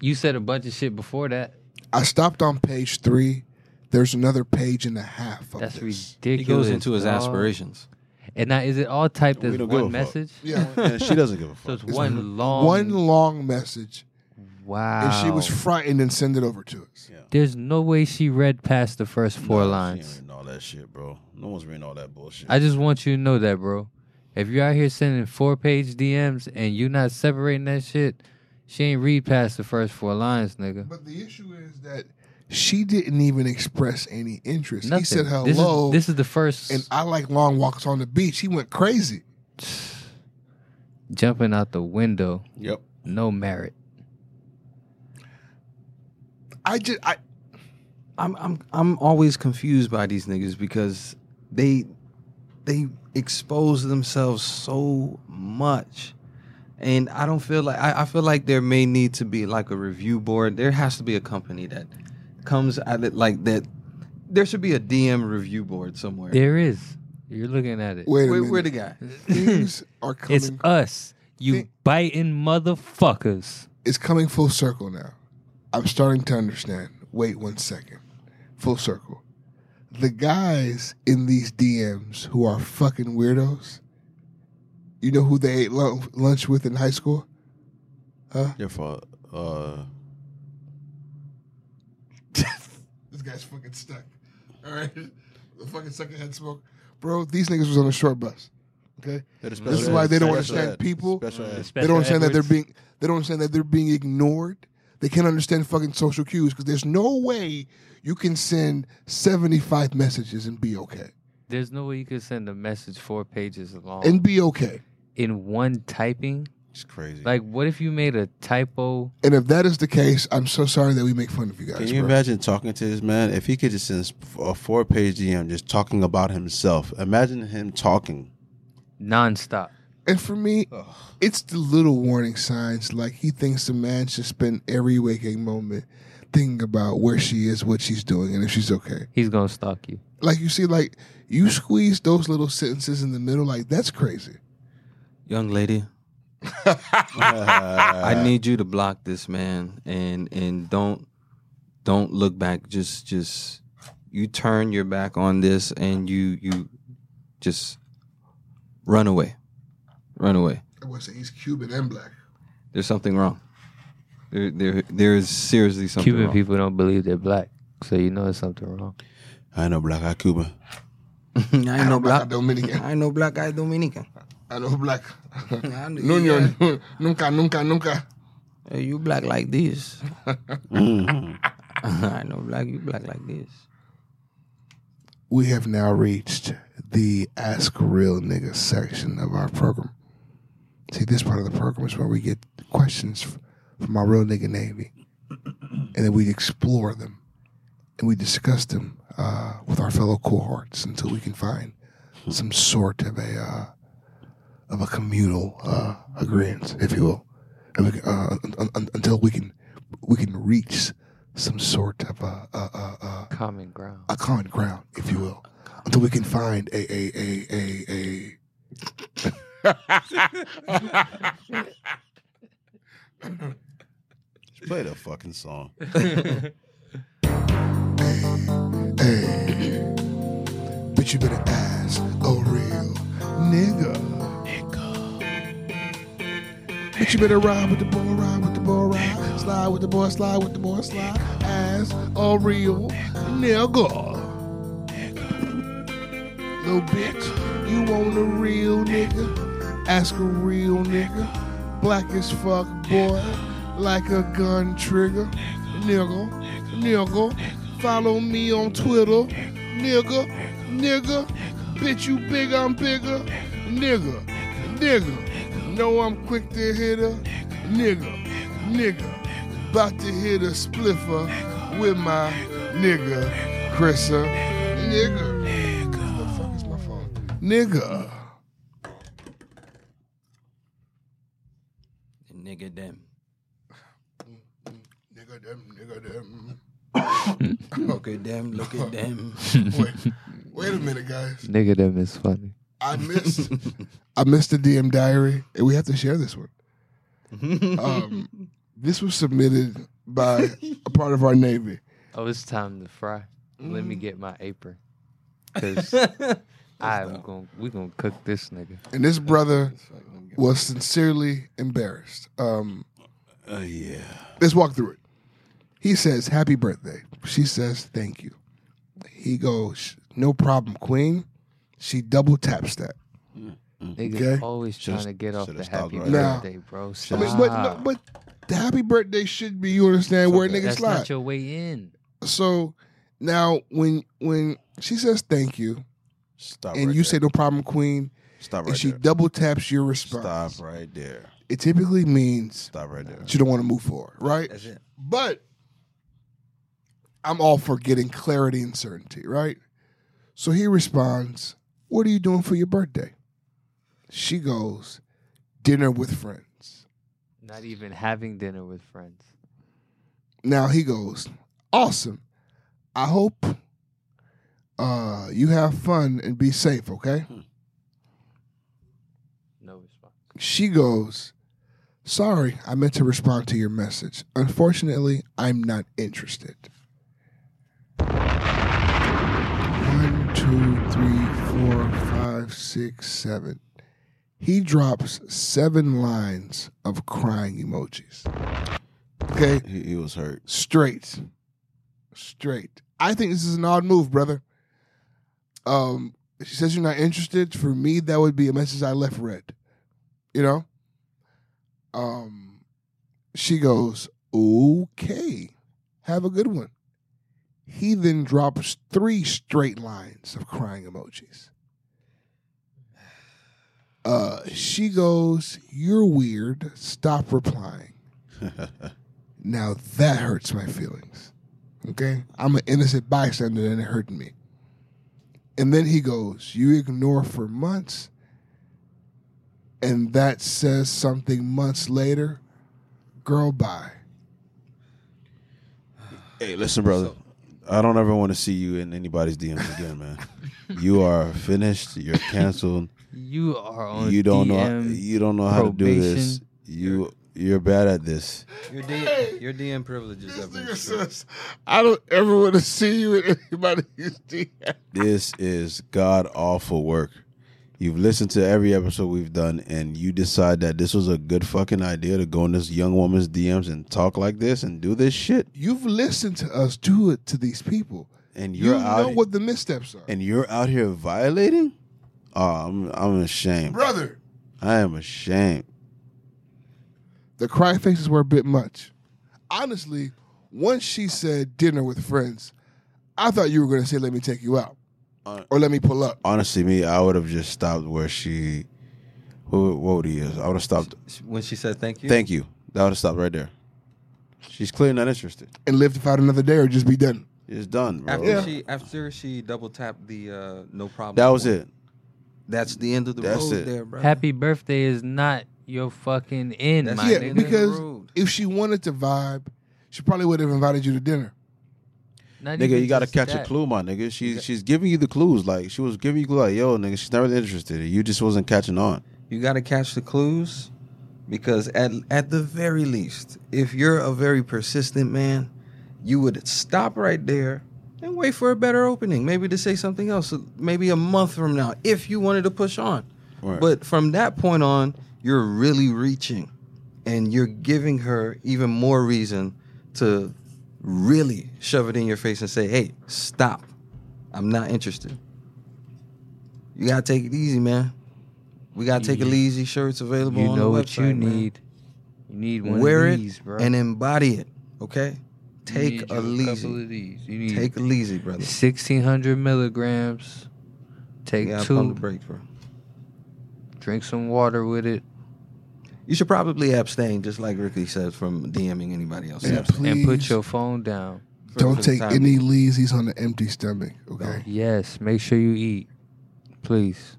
Speaker 3: You said a bunch of shit before that.
Speaker 1: I stopped on page three. There's another page and a half. Of
Speaker 3: That's
Speaker 1: this.
Speaker 3: ridiculous.
Speaker 4: he goes into his
Speaker 3: dawg.
Speaker 4: aspirations.
Speaker 3: And now, is it all typed
Speaker 6: We
Speaker 3: as
Speaker 6: don't give a fuck.
Speaker 3: one message?
Speaker 1: Yeah,
Speaker 6: Yeah, she doesn't give a
Speaker 3: So
Speaker 6: fuck.
Speaker 3: it's one long.
Speaker 1: one long message,
Speaker 3: Wow.
Speaker 1: and she was frightened and sent it over to us.
Speaker 3: There's no way she read past the first four
Speaker 6: No, she ain't
Speaker 3: lines.
Speaker 6: reading all that shit, bro. No one's reading all that bullshit.
Speaker 3: I just want you to know that, bro. If you're out here sending four page DMs and you not separating that shit, she ain't read past the first four lines, nigga.
Speaker 1: But the issue is that she didn't even express any interest.
Speaker 3: Nothing.
Speaker 1: He said
Speaker 3: This
Speaker 1: hello,
Speaker 3: is, this is the first
Speaker 1: and I like long walks on the beach. He went crazy.
Speaker 3: jumping out the window.
Speaker 6: yep.
Speaker 3: No merit.
Speaker 1: I just, I
Speaker 4: I'm I'm I'm always confused by these niggas because they they expose themselves so much. And I don't feel like I, I feel like there may need to be like a review board. There has to be a company that comes at it like that. There should be a DM review board somewhere.
Speaker 3: There is. You're looking at it.
Speaker 1: wait a
Speaker 4: Where,
Speaker 1: minute.
Speaker 4: where the guy?
Speaker 1: Things are coming.
Speaker 3: It's
Speaker 1: It's,
Speaker 3: us. You
Speaker 1: Thi-
Speaker 3: biting motherfuckers.
Speaker 1: coming full circle now. I'm starting to understand. Wait one second. Full circle. The guys in these DMs who are fucking weirdos. You know who they ate lu- lunch with in high school?
Speaker 6: Your fault. Uh,
Speaker 1: This guy's fucking stuck. All right, the fucking second head smoke, bro. These niggas was on a short bus. Okay,
Speaker 6: this
Speaker 1: This is why they don't understand people.
Speaker 6: Special
Speaker 2: Uh,
Speaker 6: ed.
Speaker 1: they don't understand that they're being they don't understand that they're being ignored. They can't understand fucking social cues because there's no way you can send 75 messages and be okay.
Speaker 3: There's no way you could send a message four pages long
Speaker 1: And be okay.
Speaker 3: in one typing.
Speaker 6: It's crazy.
Speaker 3: Like, what if you made a typo?
Speaker 1: And if that is the case, I'm so sorry that we make fun of you guys.
Speaker 6: Can you
Speaker 1: bro.
Speaker 6: imagine talking to this man? If he could just send us a four page DM just talking about himself, imagine him talking.
Speaker 3: nonstop.
Speaker 1: And for me, it's the little warning signs. Like he thinks the man should spend every waking moment thinking about where she is, what she's doing, and if she's okay.
Speaker 3: He's gonna stalk you.
Speaker 1: Like you see, like you squeeze those little sentences in the middle. Like that's crazy.
Speaker 4: Young lady,
Speaker 2: Uh,
Speaker 4: I need you to block this man and and don't don't look back. Just just you turn your back on this and you you just run away. Run away.
Speaker 1: I was saying he's Cuban and black.
Speaker 4: There's something wrong. There there there is seriously something
Speaker 3: Cuban
Speaker 4: wrong.
Speaker 3: people don't believe they're black, so you know there's something wrong.
Speaker 6: I know Black Eye Cuba.
Speaker 4: I
Speaker 1: black
Speaker 4: know black.
Speaker 1: Dominican.
Speaker 4: I know black guy Dominican.
Speaker 1: I know black.
Speaker 4: I know-
Speaker 1: Nuno, nunca, nunca, nunca.
Speaker 4: Hey, you black like this. I know black. You black like this.
Speaker 1: We have now reached the Ask Real Nigga section of our program. See, this part of the program is where we get questions f- from our real nigga Navy, and then we explore them and we discuss them uh, with our fellow cohorts until we can find some sort of a uh, of a communal uh, agreement, if you will, and we, can- uh, un- un- until we can we can reach some sort of uh, a. a, a, a
Speaker 3: Common ground.
Speaker 1: a common ground, if you will, until we can find a a a a a.
Speaker 6: Just play the fucking song.
Speaker 1: Hey, but you better ask a real nigga. Nigga. But you better ride with the boy, ride with the boy, ride. Slide with the boy, slide with the boy, slide. Ask a real nigga. Little bitch, you want a real nigga? Ask a real nigga. Black as fuck, boy. Like a gun trigger. Nigga, nigga. Follow me on Twitter. Nigga, nigga. Bitch, you big, I'm bigger. Nigga, nigga. Know I'm quick to hit her. Nigga, nigga. About to hit a spliffer with my nigga, Chrissa. Nigga. What the fuck is my phone? Nigga.
Speaker 4: Nigga, them.
Speaker 1: Nigga them, nigga them.
Speaker 4: Look at them. Look at them.
Speaker 1: Wait, wait a minute, guys.
Speaker 3: Nigga, them is funny.
Speaker 1: I missed I missed the DM diary, and we have to share this one. Um, this was submitted by a part of our Navy.
Speaker 3: Oh, it's time to fry. Let me get my apron, cause I'm going. to We gonna cook this nigga.
Speaker 1: And this brother was sincerely embarrassed. Um,
Speaker 6: Uh, yeah.
Speaker 1: Let's walk through it. He says, Happy birthday. She says, Thank you. He goes, No problem, queen. She double taps that.
Speaker 3: Nigga
Speaker 1: Okay.
Speaker 3: always trying
Speaker 6: Should've-
Speaker 3: to get off
Speaker 6: should've
Speaker 3: the
Speaker 6: stopped
Speaker 3: happy
Speaker 6: right
Speaker 1: there.
Speaker 3: birthday, bro.
Speaker 1: I
Speaker 3: Stop.
Speaker 1: mean, but, no, but the happy birthday should be, you understand, where a nigga
Speaker 3: That's
Speaker 1: slide.
Speaker 3: not your way in.
Speaker 1: so now when when she says thank you
Speaker 6: Stop
Speaker 1: and
Speaker 6: right
Speaker 1: you
Speaker 6: there.
Speaker 1: say no problem, queen,
Speaker 6: Stop
Speaker 1: and
Speaker 6: right
Speaker 1: she
Speaker 6: there.
Speaker 1: double taps your response,
Speaker 6: Stop right there.
Speaker 1: it typically means
Speaker 6: Stop right there.
Speaker 1: that you don't want to move forward, right? That's it. But I'm all for getting clarity and certainty, right? So he responds, What are you doing for your birthday? She goes, Dinner with friends.
Speaker 3: Not even having dinner with friends.
Speaker 1: Now he goes, Awesome. I hope uh, you have fun and be safe, okay?
Speaker 3: No response.
Speaker 1: She goes, Sorry, I meant to respond to your message. Unfortunately, I'm not interested. One, two, three, four, five, six, seven. He drops seven lines of crying emojis. Okay,
Speaker 6: He, he was hurt.
Speaker 1: straight. Straight. I think this is an odd move, brother. Um, she says you're not interested. For me, that would be a message I left read. You know? Um she goes, Okay. Have a good one. He then drops three straight lines of crying emojis. Uh, she goes, "You're weird. Stop replying." now that hurts my feelings. Okay, I'm an innocent bystander, and it hurt me. And then he goes, "You ignore for months." And that says something months later, girl, bye.
Speaker 2: Hey, listen, brother. I don't ever want to see you in anybody's DMs again, man. you are finished. You're canceled.
Speaker 3: You are on
Speaker 2: you don't know.
Speaker 3: DM.
Speaker 2: You don't know how to do this. You you're bad at this.
Speaker 4: Your DM, your DM privileges have been stripped.
Speaker 1: I don't ever want to see you in anybody's DM.
Speaker 2: This is god awful work. You've listened to every episode we've done, and you decide that this was a good fucking idea to go in this young woman's DMs and talk like this and do this shit.
Speaker 1: You've listened to us do it to these people.
Speaker 2: And
Speaker 1: You
Speaker 2: you're
Speaker 1: know
Speaker 2: out
Speaker 1: what the missteps are.
Speaker 2: and you're out here violating. Oh, I'm I'm ashamed.
Speaker 1: Brother,
Speaker 2: I am ashamed.
Speaker 1: the cry faces were a bit much. Honestly, once she said dinner with friends, I thought you were going to say, let me take you out
Speaker 2: Uh,
Speaker 1: or let me pull up.
Speaker 2: Honestly, me, I would have just stopped where she. What, what would he is? I would have stopped.
Speaker 4: When she said thank you,
Speaker 2: Thank you. That would have stopped right there. She's clearly not interested.
Speaker 1: and live to fight another day or just be done.
Speaker 2: It's done, bro.
Speaker 4: After
Speaker 1: Yeah.
Speaker 4: she after she double tapped the uh, no problem.
Speaker 2: That was it.
Speaker 4: That's the end of the
Speaker 2: That's
Speaker 4: road
Speaker 2: it.
Speaker 4: there, bro.
Speaker 3: Happy birthday is not your fucking end,
Speaker 4: That's
Speaker 3: my
Speaker 1: yeah,
Speaker 4: it.
Speaker 3: nigga.
Speaker 1: because
Speaker 4: Rude.
Speaker 1: if she wanted to vibe, she probably would have invited you to dinner.
Speaker 3: Not
Speaker 2: Nigga,
Speaker 3: even
Speaker 2: you gotta
Speaker 3: just
Speaker 2: catch a
Speaker 3: that.
Speaker 2: clue, my nigga. She's she's giving you the clues. Like she was giving you clue, like, yo, nigga, she's not really interested. You just wasn't catching on.
Speaker 4: You got to catch the clues because at at the very least, if you're a very persistent man, you would stop right there and wait for a better opening, maybe to say something else, maybe a month from now if you wanted to push on.
Speaker 2: Right.
Speaker 4: But from that point on, you're really reaching and you're giving her even more reason to really shove it in your face and say, "Hey, stop. I'm not interested." You got to take it easy, man. We got to take it easy. Shirts available
Speaker 3: You
Speaker 4: on
Speaker 3: know
Speaker 4: the
Speaker 3: what
Speaker 4: website,
Speaker 3: you
Speaker 4: man.
Speaker 3: need. You need one
Speaker 4: Wear
Speaker 3: of
Speaker 4: it
Speaker 3: these, bro.
Speaker 4: and embody it, okay?
Speaker 3: You
Speaker 4: Take
Speaker 3: need
Speaker 4: a
Speaker 3: you couple
Speaker 4: leasy.
Speaker 3: of these. You need
Speaker 4: Take a leasy, brother.
Speaker 3: sixteen hundred milligrams. Take
Speaker 4: Yeah, I'm on
Speaker 3: two.
Speaker 4: the break, bro.
Speaker 3: Drink some water with it.
Speaker 4: You should probably abstain, just like Ricky said, from DMing anybody else.
Speaker 1: And please
Speaker 3: and put your phone down.
Speaker 4: For-
Speaker 1: don't
Speaker 4: for the
Speaker 1: take
Speaker 4: time
Speaker 1: any
Speaker 4: being.
Speaker 1: leesies on an empty stomach. Okay.
Speaker 3: Yes, make sure you eat, please.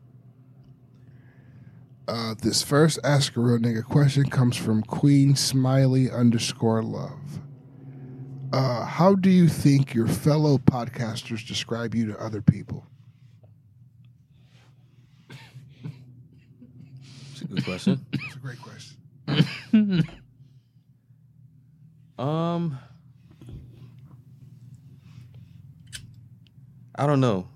Speaker 1: Uh, this first ask a real nigga question comes from Queen Smiley underscore love. Uh, how do you think your fellow podcasters describe you to other people?
Speaker 4: That's a good question.
Speaker 1: It's a great question.
Speaker 4: Um, I don't know.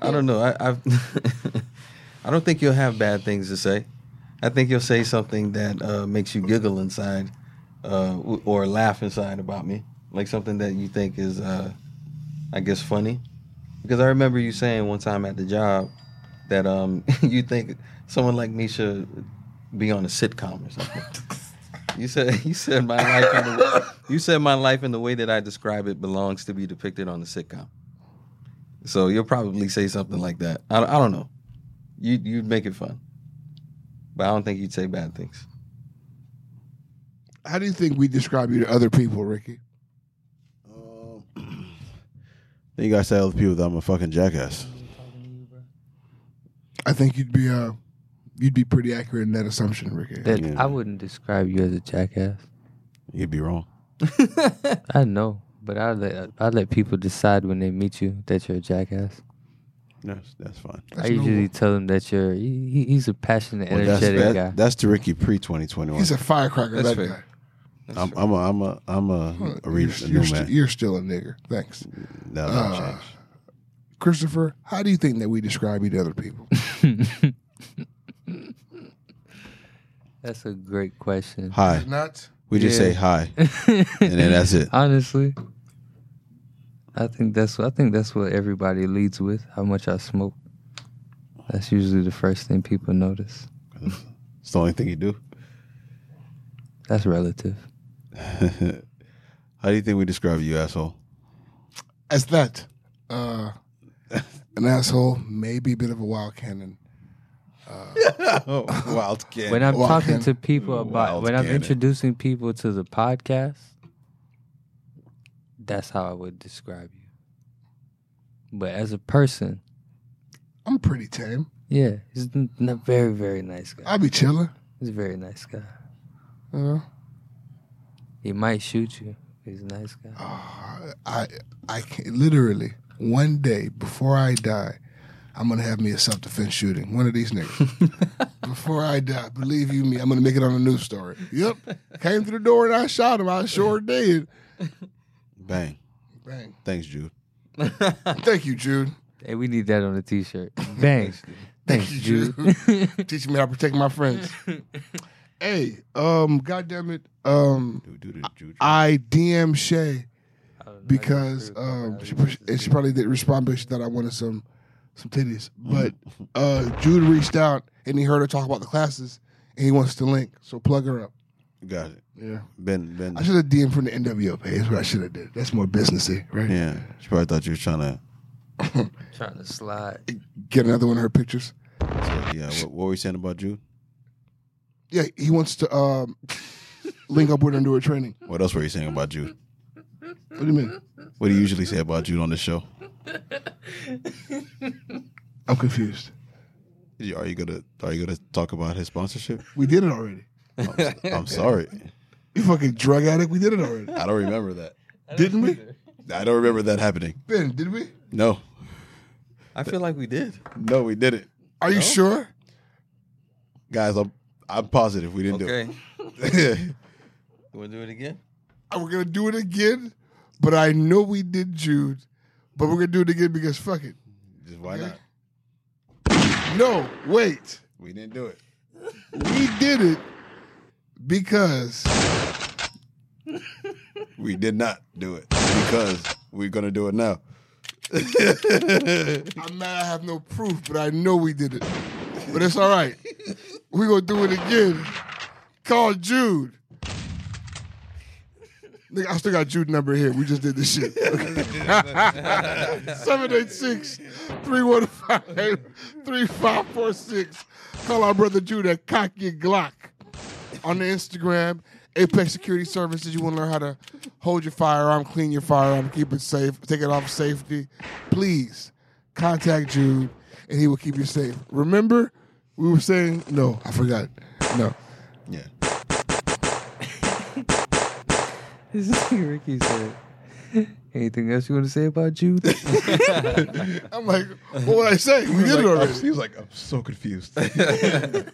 Speaker 4: I don't know. I I've, I don't think you'll have bad things to say. I think you'll say something that uh, makes you giggle inside, uh, w- or laugh inside about me, like something that you think is, uh, I guess, funny. Because I remember you saying one time at the job that um, you think someone like me should be on a sitcom or something. You said you said my life in the, you said my life in the way that I describe it belongs to be depicted on the sitcom. So you'll probably say something like that. I, I don't know. You you'd make it fun, but I don't think you'd say bad things.
Speaker 1: How do you think we describe you to other people, Ricky?
Speaker 2: Um, then you guys tell other people that I'm a fucking jackass.
Speaker 1: I think you'd be uh, you'd be pretty accurate in that assumption, Ricky.
Speaker 3: That
Speaker 2: Yeah.
Speaker 3: I wouldn't describe you as a jackass.
Speaker 2: You'd be wrong.
Speaker 3: I know, but I let I let people decide when they meet you that you're a jackass.
Speaker 2: That's that's fine.
Speaker 1: That's
Speaker 3: I usually tell them that you're he, he- he's a passionate,
Speaker 2: Well, that's that-
Speaker 3: energetic guy.
Speaker 2: that's to Ricky pre 2021.
Speaker 1: He's a firecracker.
Speaker 4: That's
Speaker 1: that
Speaker 4: fair.
Speaker 1: guy.
Speaker 2: I'm, I'm a I'm a I'm a, a, re- a
Speaker 1: you're,
Speaker 2: new
Speaker 1: you're st-
Speaker 2: man.
Speaker 1: you're still a nigger. Thanks.
Speaker 2: No, that'll
Speaker 1: Ah.
Speaker 2: change.
Speaker 1: Christopher, how do you think that we describe you to other people?
Speaker 3: That's a great question.
Speaker 2: Hi.
Speaker 1: Not.
Speaker 2: We just
Speaker 3: Yeah.
Speaker 2: say hi, and then that's it.
Speaker 3: Honestly, I think that's I think that's what everybody leads with. How much I smoke. That's usually the first thing people notice.
Speaker 2: It's the only thing you do.
Speaker 3: That's relative.
Speaker 2: How do you think we describe you, asshole?
Speaker 1: As that. Uh, an asshole, maybe a bit of a wild cannon. Uh,
Speaker 2: Oh, Wild kid.
Speaker 3: When I'm
Speaker 1: Well, I
Speaker 3: talking
Speaker 1: can-
Speaker 3: to people
Speaker 2: Wild
Speaker 3: about when I'm
Speaker 2: cannon.
Speaker 3: introducing people to the podcast, that's how I would describe you. But as a person,
Speaker 1: I'm pretty tame.
Speaker 3: yeah, he's n- a very very nice guy.
Speaker 1: I be chilling.
Speaker 3: He's a very nice guy.
Speaker 1: You know?
Speaker 3: He might shoot you. He's a nice guy.
Speaker 1: Uh, I I can literally one day before I die, I'm gonna have me a self defense shooting. One of these niggas. before I die, believe you me, I'm gonna make it on a news story. Yep, came through the door and I shot him. I sure did.
Speaker 2: Bang.
Speaker 1: Bang.
Speaker 2: Thanks, Jude.
Speaker 1: Thank you, Jude.
Speaker 3: Hey, we need that on a t-shirt. Thanks, thanks, Jude.
Speaker 1: Teaching me how to protect my friends. hey, um, goddamn it, um,
Speaker 2: Dude, dude, Jude.
Speaker 1: I DM Shay. because um, she, and she probably didn't respond because she thought I wanted some some titties. But uh, Jude reached out and he heard her talk about the classes and he wants to link, so plug her up.
Speaker 2: Got it.
Speaker 1: Yeah,
Speaker 2: Ben, Ben.
Speaker 1: I should have DM from the NWO page. That's what I should have did. That's more businessy, right?
Speaker 2: Yeah. She probably thought you were trying to.
Speaker 3: trying to slide.
Speaker 1: Get another one of her pictures.
Speaker 2: Yeah. What, what were we saying about Jude?
Speaker 1: Yeah, he wants to um, link up with her and do her training.
Speaker 2: What else were you saying about Jude?
Speaker 1: What do you mean?
Speaker 2: What do you usually say about Jude on the show?
Speaker 1: I'm confused.
Speaker 2: Are you gonna Are you gonna talk about his sponsorship?
Speaker 1: We did it already.
Speaker 2: I'm, I'm sorry,
Speaker 1: You fucking drug addict. We did it already.
Speaker 2: I don't remember that.
Speaker 1: Didn't we?
Speaker 2: I don't remember that happening.
Speaker 1: Ben, did we?
Speaker 2: No,
Speaker 4: I feel like we did.
Speaker 2: no, we did it,
Speaker 1: Are you sure?
Speaker 2: guys. I'm I'm positive we didn't
Speaker 4: Okay.
Speaker 2: do it.
Speaker 4: You want to do it again?
Speaker 1: we're gonna do it again. But I know we did Jude, but we're gonna do it again because fuck it.
Speaker 2: Just why
Speaker 1: Okay.
Speaker 2: not?
Speaker 1: No, wait,
Speaker 2: We didn't do it.
Speaker 1: we did it because
Speaker 2: We did not do it because we're gonna do it now.
Speaker 1: I'm mad. I have no proof, but I know we did it. But it's all right. We're gonna do it again. Call Jude. Nigga, I still got Jude number here. We just did this shit. 786 315 3546. Call our brother Jude at Cocky Glock on the Instagram. Apex Security Services. You want to learn how to hold your firearm, clean your firearm, keep it safe, take it off safety. Please contact Jude and he will keep you safe. Remember, we were saying, no, I forgot. No.
Speaker 2: Yeah.
Speaker 3: This is what Ricky said. Anything else you want to say about Jude?
Speaker 1: I'm like, what would I say? We did it already.
Speaker 2: was like, "Oh, I'm so confused.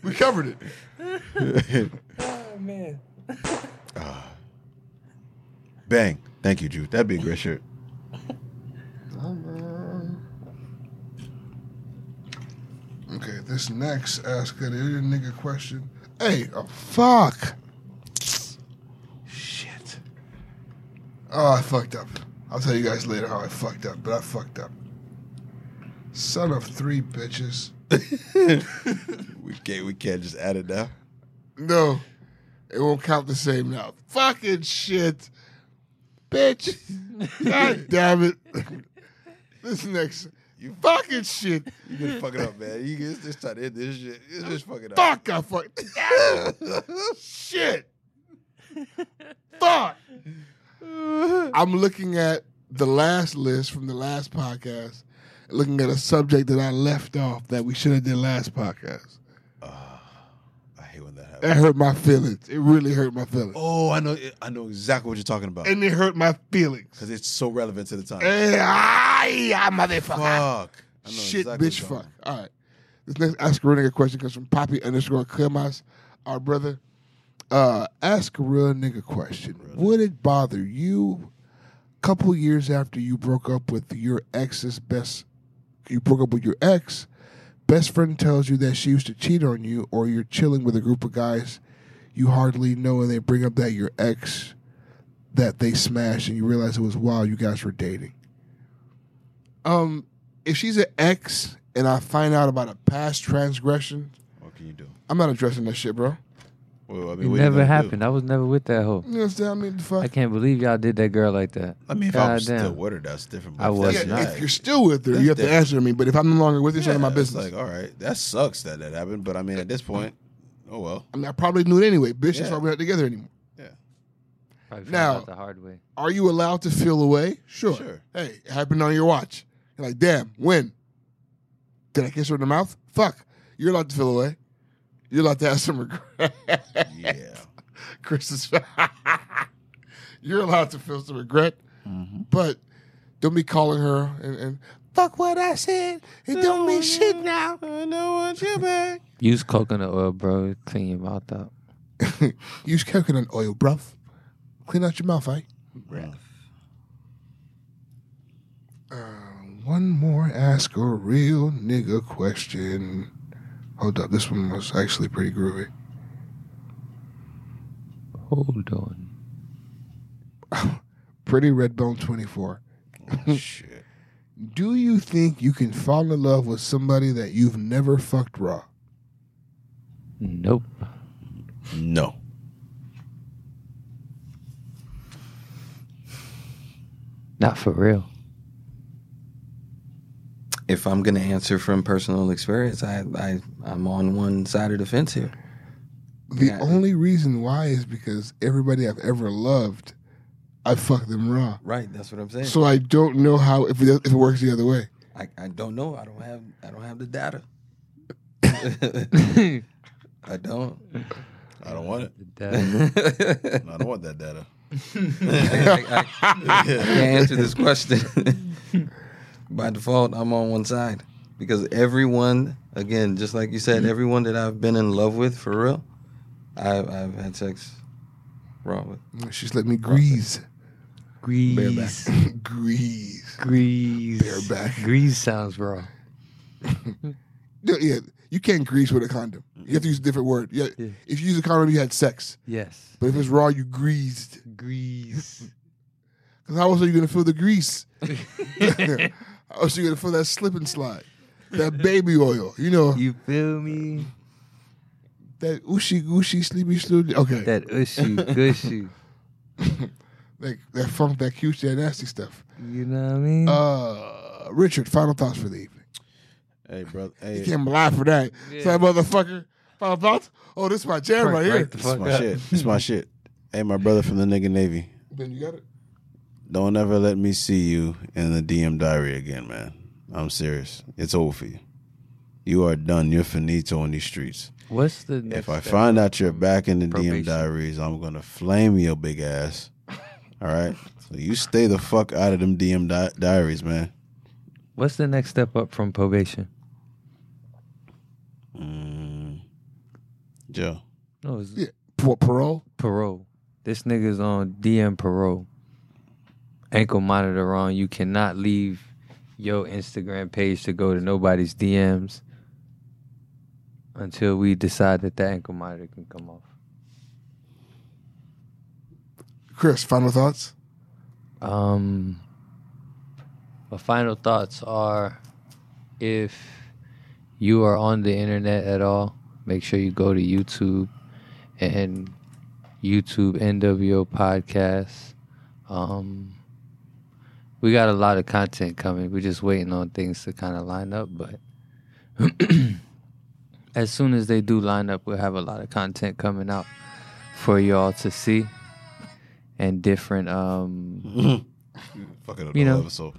Speaker 1: We covered it.
Speaker 3: oh man.
Speaker 2: Bang. Thank you, Jude. That'd be a great shirt.
Speaker 1: Okay, this next ask that idiot nigga question. Hey, oh, fuck. Shit. Oh, I fucked up. I'll tell you guys later how I fucked up, but I fucked up. Son of three bitches.
Speaker 2: We can't. We can't just add it now.
Speaker 1: No, it won't count the same now. Fucking shit. Bitch. God damn it. this next. You fucking shit.
Speaker 2: You just fucking up, man. You just, just try to hit this shit. It's just fucking up.
Speaker 1: Fuck, I fucked. Shit. Fuck. I'm looking at the last list from the last podcast, looking at a subject that I left off that we should have did last podcast.
Speaker 2: I hate when that happens.
Speaker 1: That hurt my feelings. It really hurt my feelings.
Speaker 2: Oh, I know. I know exactly what you're talking about
Speaker 1: And it hurt my feelings.
Speaker 2: because it's so relevant to the time.
Speaker 1: Hey, ah, yeah, motherfucker.
Speaker 2: Fuck. I know
Speaker 1: Shit,
Speaker 2: exactly
Speaker 1: bitch,
Speaker 2: what
Speaker 1: fuck.
Speaker 2: you're talking
Speaker 1: All right. This next Ask a Real Nigga question comes from Poppy underscore Clemas, our brother. Uh, ask a real nigga question. Would it bother you a couple years after you broke up with your ex's best, you broke up with your ex, best friend tells you that she used to cheat on you, or you're chilling with a group of guys you hardly know and they bring up that your ex that they smashed and you realize it was while you guys were dating. Um, if she's an ex and I find out about a past transgression,
Speaker 2: What can you do?
Speaker 1: I'm not addressing that shit, bro.
Speaker 6: Well, I mean,
Speaker 3: It
Speaker 6: what you
Speaker 3: never
Speaker 6: gonna do?
Speaker 3: happened. I was never with that hoe.
Speaker 1: You understand? I mean, the fuck.
Speaker 3: I can't believe y'all did that girl like that.
Speaker 6: I mean, if I'm
Speaker 3: God
Speaker 6: still
Speaker 3: damn.
Speaker 6: with her, that's different.
Speaker 3: I
Speaker 6: if
Speaker 3: was
Speaker 6: that's
Speaker 1: yeah,
Speaker 3: not.
Speaker 1: if you're still with her, you have to
Speaker 6: different.
Speaker 1: answer me. But if I'm no longer with you, it's none
Speaker 6: yeah,
Speaker 1: of my
Speaker 6: it's
Speaker 1: business.
Speaker 6: Like, all right, that sucks that that happened. But I mean, at this point, oh well.
Speaker 1: I mean, I probably knew it anyway. Bitch,
Speaker 6: Yeah.
Speaker 1: that's why we're not together anymore.
Speaker 3: Probably found
Speaker 1: Now-
Speaker 3: out the hard way.
Speaker 1: Are you allowed to feel away? Sure.
Speaker 6: Sure.
Speaker 1: Hey, it happened on your watch. You're like, damn, when? Did I kiss her in the mouth? Fuck. You're allowed to feel away. You're allowed to have some regret.
Speaker 6: Yeah.
Speaker 1: Chris is. You're allowed to feel some regret, but don't be calling her and, and fuck what I said. It don't mean shit now.
Speaker 6: I don't want you back.
Speaker 3: Use coconut oil, bro. Clean your mouth up.
Speaker 1: Use coconut oil, bruv. Clean out your mouth, eh? Uh, One more ask a real nigga question. Hold up, this one was actually pretty groovy.
Speaker 3: Hold on.
Speaker 1: Pretty Redbone 24.
Speaker 6: Oh, Shit.
Speaker 1: Do you think you can fall in love with somebody that you've never fucked raw?
Speaker 3: Nope.
Speaker 6: No.
Speaker 3: Not for real.
Speaker 4: If I'm gonna answer from personal experience, I, I I'm on one side of the fence here.
Speaker 1: The
Speaker 4: Yeah.
Speaker 1: only reason why is because everybody I've ever loved, I fucked them raw.
Speaker 4: Right, that's what I'm saying.
Speaker 1: So I don't know how if it, if it works the other way.
Speaker 4: I, I don't know. I don't have I don't have the data. I don't.
Speaker 6: I don't want it.
Speaker 3: That-
Speaker 4: I,
Speaker 6: I don't want that data.
Speaker 4: I- I can't answer this question. By default, I'm on one side because everyone, again, just like you said, everyone that I've been in love with for real, I've, I've had sex wrong with.
Speaker 1: She's let me grease,
Speaker 3: Grease.
Speaker 1: grease.
Speaker 3: Grease.
Speaker 1: Bareback.
Speaker 3: Grease sounds raw.
Speaker 1: No, yeah, you can't grease with a condom. You have to use a different word. Yeah,
Speaker 3: Yeah.
Speaker 1: if you use a condom, you had sex.
Speaker 3: Yes.
Speaker 1: But if it's raw, you greased.
Speaker 3: Grease.
Speaker 1: Because how else are you gonna feel the grease? how else are you gonna feel that slip and slide? That baby oil, you know,
Speaker 3: You feel me?
Speaker 1: that ooshy gooshy sleepy slooty. Okay,
Speaker 3: That ushy, gushy.
Speaker 1: like that funk, that cute, that nasty stuff.
Speaker 3: You know what I mean?
Speaker 1: Uh, Richard, final thoughts for the evening.
Speaker 6: Hey, brother.
Speaker 1: You
Speaker 6: Hey,
Speaker 1: can't lie for that.
Speaker 3: Yeah.
Speaker 1: So that motherfucker, final thoughts. Oh, this is my jam
Speaker 3: Perk
Speaker 1: right here.
Speaker 3: the
Speaker 6: it's
Speaker 3: fuck
Speaker 6: my
Speaker 3: up.
Speaker 6: shit. It's my shit. Hey, my brother from the nigga Navy.
Speaker 1: Then you got it.
Speaker 6: Don't ever let me see you in the DM diary again, man. I'm serious. It's over for you. You are done. You're finito in these streets.
Speaker 3: What's the next
Speaker 6: if I
Speaker 3: step?
Speaker 6: find out you're back in the
Speaker 3: Probation.
Speaker 6: DM diaries, I'm gonna flame your big ass. All right. So you stay the fuck out of them DM di- diaries, man.
Speaker 3: What's the next step up from probation?
Speaker 6: Mm. Joe.
Speaker 3: No, it's
Speaker 1: Yeah. What parole?
Speaker 3: parole. This nigga's on DM parole. Ankle monitor on. You cannot leave your Instagram page to go to nobody's DMs until we decide that the ankle monitor can come off.
Speaker 1: Chris, final thoughts.
Speaker 3: Um, my final thoughts are if you are on the internet at all, make sure you go to YouTube and YouTube NWO podcast. Um, we got a lot of content coming. We're just waiting on things to kind of line up, but as soon as they do line up, we'll have a lot of content coming out for y'all to see and different um
Speaker 6: Fucking
Speaker 3: You know.
Speaker 6: so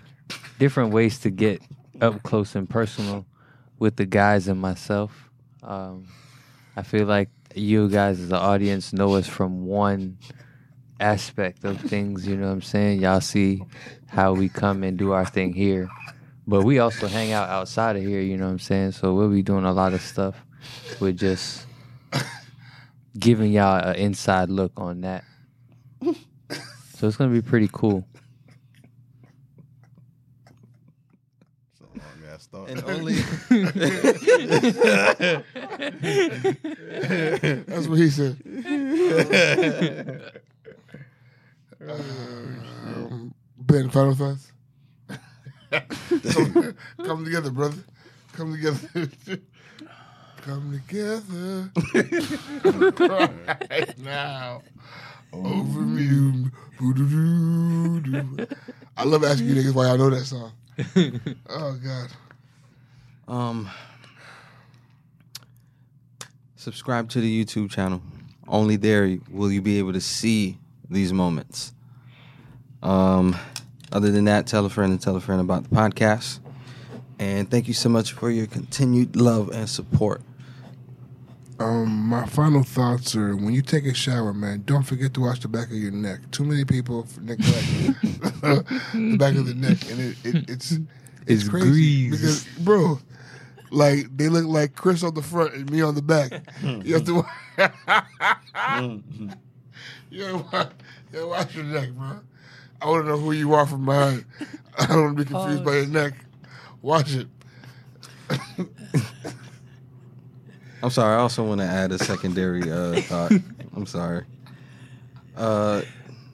Speaker 3: different ways to get up close and personal with the guys and myself. Um, I feel like you guys as the audience know us from one aspect of things, you know what I'm saying? Y'all see how we come and do our thing here. But we also hang out outside of here, you know what I'm saying? So we'll be doing a lot of stuff with just giving y'all an inside look on that. So it's gonna be pretty cool.
Speaker 6: it's a long ass thought.
Speaker 4: And only
Speaker 1: That's what he said. um, ben, final thoughts. come, come together, brother. Come together. come together right now over me. Boo-doo-doo-doo. I love asking you niggas why y'all know that song. Oh God,
Speaker 4: Um, subscribe to the YouTube channel. Only there will you be able to see these moments. Um, other than that, tell a friend and tell a friend about the podcast. And thank you so much for your continued love and support.
Speaker 1: Um, my final thoughts are: when you take a shower, man, don't forget to wash the back of your neck. Too many people neglect the back of the neck, and it, it, it's it's,
Speaker 3: It's
Speaker 1: crazy
Speaker 3: greased.
Speaker 1: because, bro, like they look like Chris on the front and me on the back. you have to, wa- you gotta wa- you gotta wash your neck, bro. I want to know who you are from behind. I don't want to be confused
Speaker 3: Oh,
Speaker 1: by your neck. Watch it.
Speaker 4: I'm sorry. I also want to add a secondary uh, thought. I'm sorry. Uh,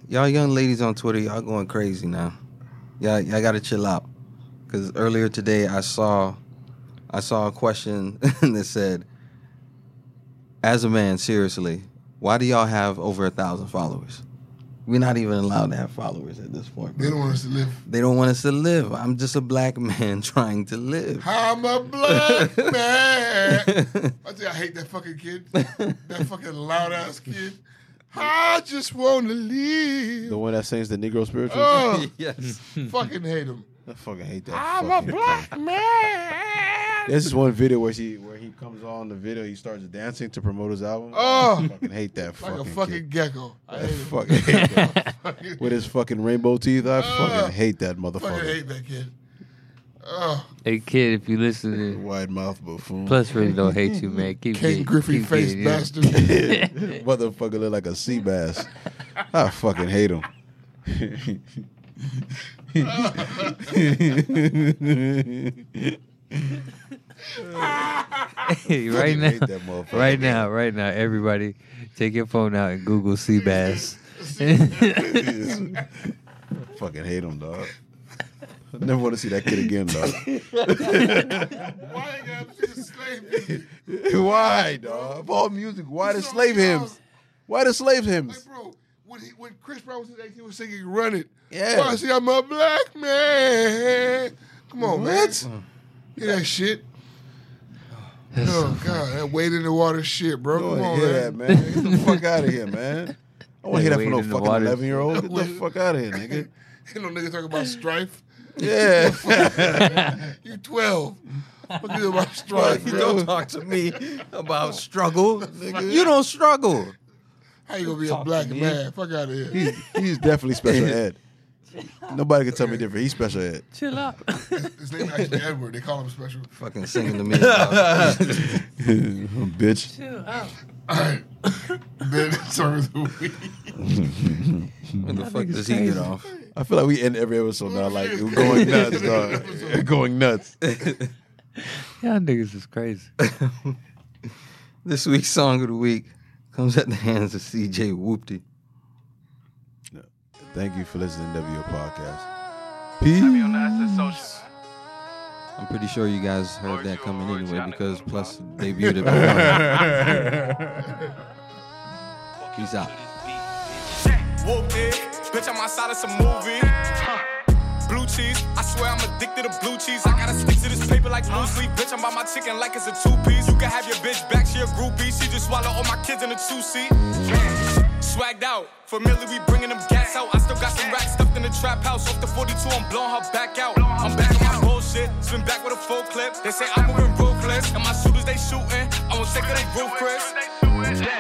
Speaker 4: y'all young ladies on Twitter, y'all going crazy now. Y'all, y'all got to chill out. Because earlier today, I saw, I saw a question that said, "As a man, seriously, why do y'all have over a thousand followers? We're not even allowed to have followers at this point.
Speaker 1: They
Speaker 4: bro.
Speaker 1: don't want us to live.
Speaker 4: They don't want us to live. I'm just a black man trying to live."
Speaker 1: I'm a black man. I think I hate that fucking kid. That fucking loud ass kid. I just want to
Speaker 2: The
Speaker 1: leave.
Speaker 2: one that sings the Negro spiritual.
Speaker 1: Oh,
Speaker 4: yes.
Speaker 1: fucking hate him.
Speaker 2: I fucking hate that.
Speaker 1: I'm a
Speaker 2: fucking
Speaker 1: black
Speaker 2: thing.
Speaker 1: man.
Speaker 2: There's this one video where he where he comes on the video, he starts dancing to promote his album.
Speaker 1: Oh.
Speaker 2: I fucking hate
Speaker 1: Like
Speaker 2: that fucking.
Speaker 1: a
Speaker 2: kid.
Speaker 1: fucking gecko. I
Speaker 2: I
Speaker 1: hate him.
Speaker 2: fucking hate that.
Speaker 1: Fucking,
Speaker 2: With his fucking rainbow teeth, I
Speaker 1: Ah.
Speaker 2: fucking hate that
Speaker 1: fucking
Speaker 2: motherfucker.
Speaker 1: hate that kid. Oh,
Speaker 3: Hey kid, if you listen to
Speaker 2: Wide mouth buffoon.
Speaker 3: Plus really don't hate you, man. Keep
Speaker 1: King
Speaker 3: getting-
Speaker 1: Griffey
Speaker 3: keep
Speaker 1: face
Speaker 3: getting, yeah.
Speaker 1: bastard.
Speaker 2: motherfucker look like a sea bass. I fucking hate him.
Speaker 3: Hey, right
Speaker 2: Fucking
Speaker 3: now,
Speaker 2: hate that motherfucker,
Speaker 3: right
Speaker 2: man.
Speaker 3: now, right now, everybody, take your phone out and Google sea bass.
Speaker 2: fucking hate him, dog. Never want to see that kid again, dog.
Speaker 1: Why you gotta be a slave? bitch?
Speaker 2: Why, dog? Of all music, why the
Speaker 1: These are
Speaker 2: slave
Speaker 1: songs.
Speaker 2: hymns? Why the slave
Speaker 1: Like,
Speaker 2: hymns?
Speaker 1: bro, when, he, when Chris Brown was in that, he was singing Run It.
Speaker 2: Yeah.
Speaker 1: Why I see I'm a black man. Come on, man. Hear that shit. Oh, God. That weight in the water shit, bro.
Speaker 2: I don't
Speaker 1: Come
Speaker 2: want
Speaker 1: on,
Speaker 2: to
Speaker 1: man.
Speaker 2: hear that, man. Get the fuck out of here, man. I want to hear that
Speaker 3: Wade
Speaker 2: from no
Speaker 3: in the
Speaker 2: fucking
Speaker 3: water.
Speaker 2: 11 year old. Get the fuck out of here, nigga.
Speaker 1: Ain't no nigga talking about strife.
Speaker 2: Yeah.
Speaker 1: You 12. What you about strife,
Speaker 4: You
Speaker 1: bro?
Speaker 4: don't talk to me about struggle. nigga. You don't struggle.
Speaker 1: How you gonna be a black man? Fuck out of here.
Speaker 2: he's, he's definitely special ed. Nobody can tell me different. He's special ed.
Speaker 3: Chill out.
Speaker 1: His name actually Edward. They call him special.
Speaker 4: Fucking singing to me. about-
Speaker 2: Bitch.
Speaker 1: All right. then song of the week.
Speaker 4: When the fuck does he get off?
Speaker 2: I feel like we end every episode now like we're going nuts, dog. going nuts.
Speaker 3: Y'all niggas is crazy.
Speaker 4: This week's song of the week comes at the hands of CJ Whoopty.
Speaker 2: Thank you for listening to your podcast.
Speaker 4: I'm pretty sure you guys heard that coming anyway because Plus debuted it. before. Peace out.
Speaker 7: Whoop it. Bitch, I'm outside of some movie. Huh. Blue cheese, I swear I'm addicted to blue cheese. I gotta stick to this paper like blue sleep. Bitch, I'm by my chicken like it's a two piece. You can have your bitch back, she a groupie. She just swallow all my kids in a two seat. Swagged out, familiar, we bringing them gas out. I still got some racks stuffed in the trap house. Off the 42, I'm blowing her back out. I'm back on my bullshit, swim back with a full clip. They say I'm moving ruthless, and my shooters they shooting. I'm sick of they roof, Chris.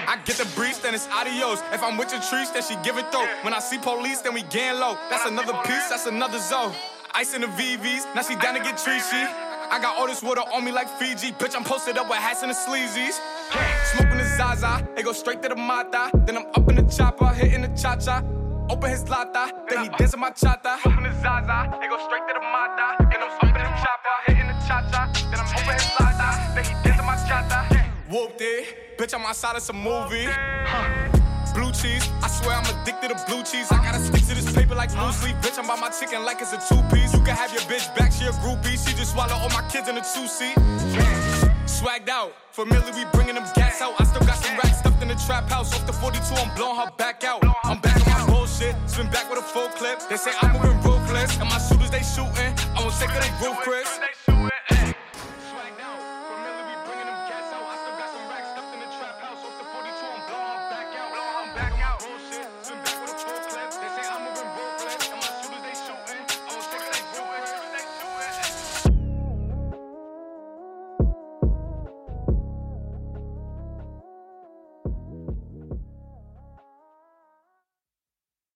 Speaker 7: I get the breeze, then it's adios. If I'm with your trees, then she give it though. When I see police, then we gang low. That's another piece, that's another zone. Ice in the VVs, now she down to get treachy. I got all this water on me like Fiji. Bitch, I'm posted up with hats and the sleazies. Smoking the Zaza, it go straight to the Mata. Then I'm up in the chopper, hitting the cha cha. Open his lata, then he dancing my chata. Open the Zaza, it go straight to the Mata. Then I'm up in the chopper, hitting the cha cha. Then I'm open his lata, then he dancing my chata. Whooped it. Bitch, I'm outside of some movie. Huh. Blue cheese, I swear I'm addicted to blue cheese. I gotta stick to this paper like blue sleep. Bitch, I'm by my chicken like it's a two piece. You can have your bitch back, she a groupie. She just swallow all my kids in a two seat. swagged out. Familiar, we bringing them gas out. I still got some racks stuffed in the trap house. Off the 42, I'm blowing her back out. I'm back on my bullshit. Swim back with a full clip. They say I'm moving ruthless. And my shooters, they shooting. I won't take her, they ruthless.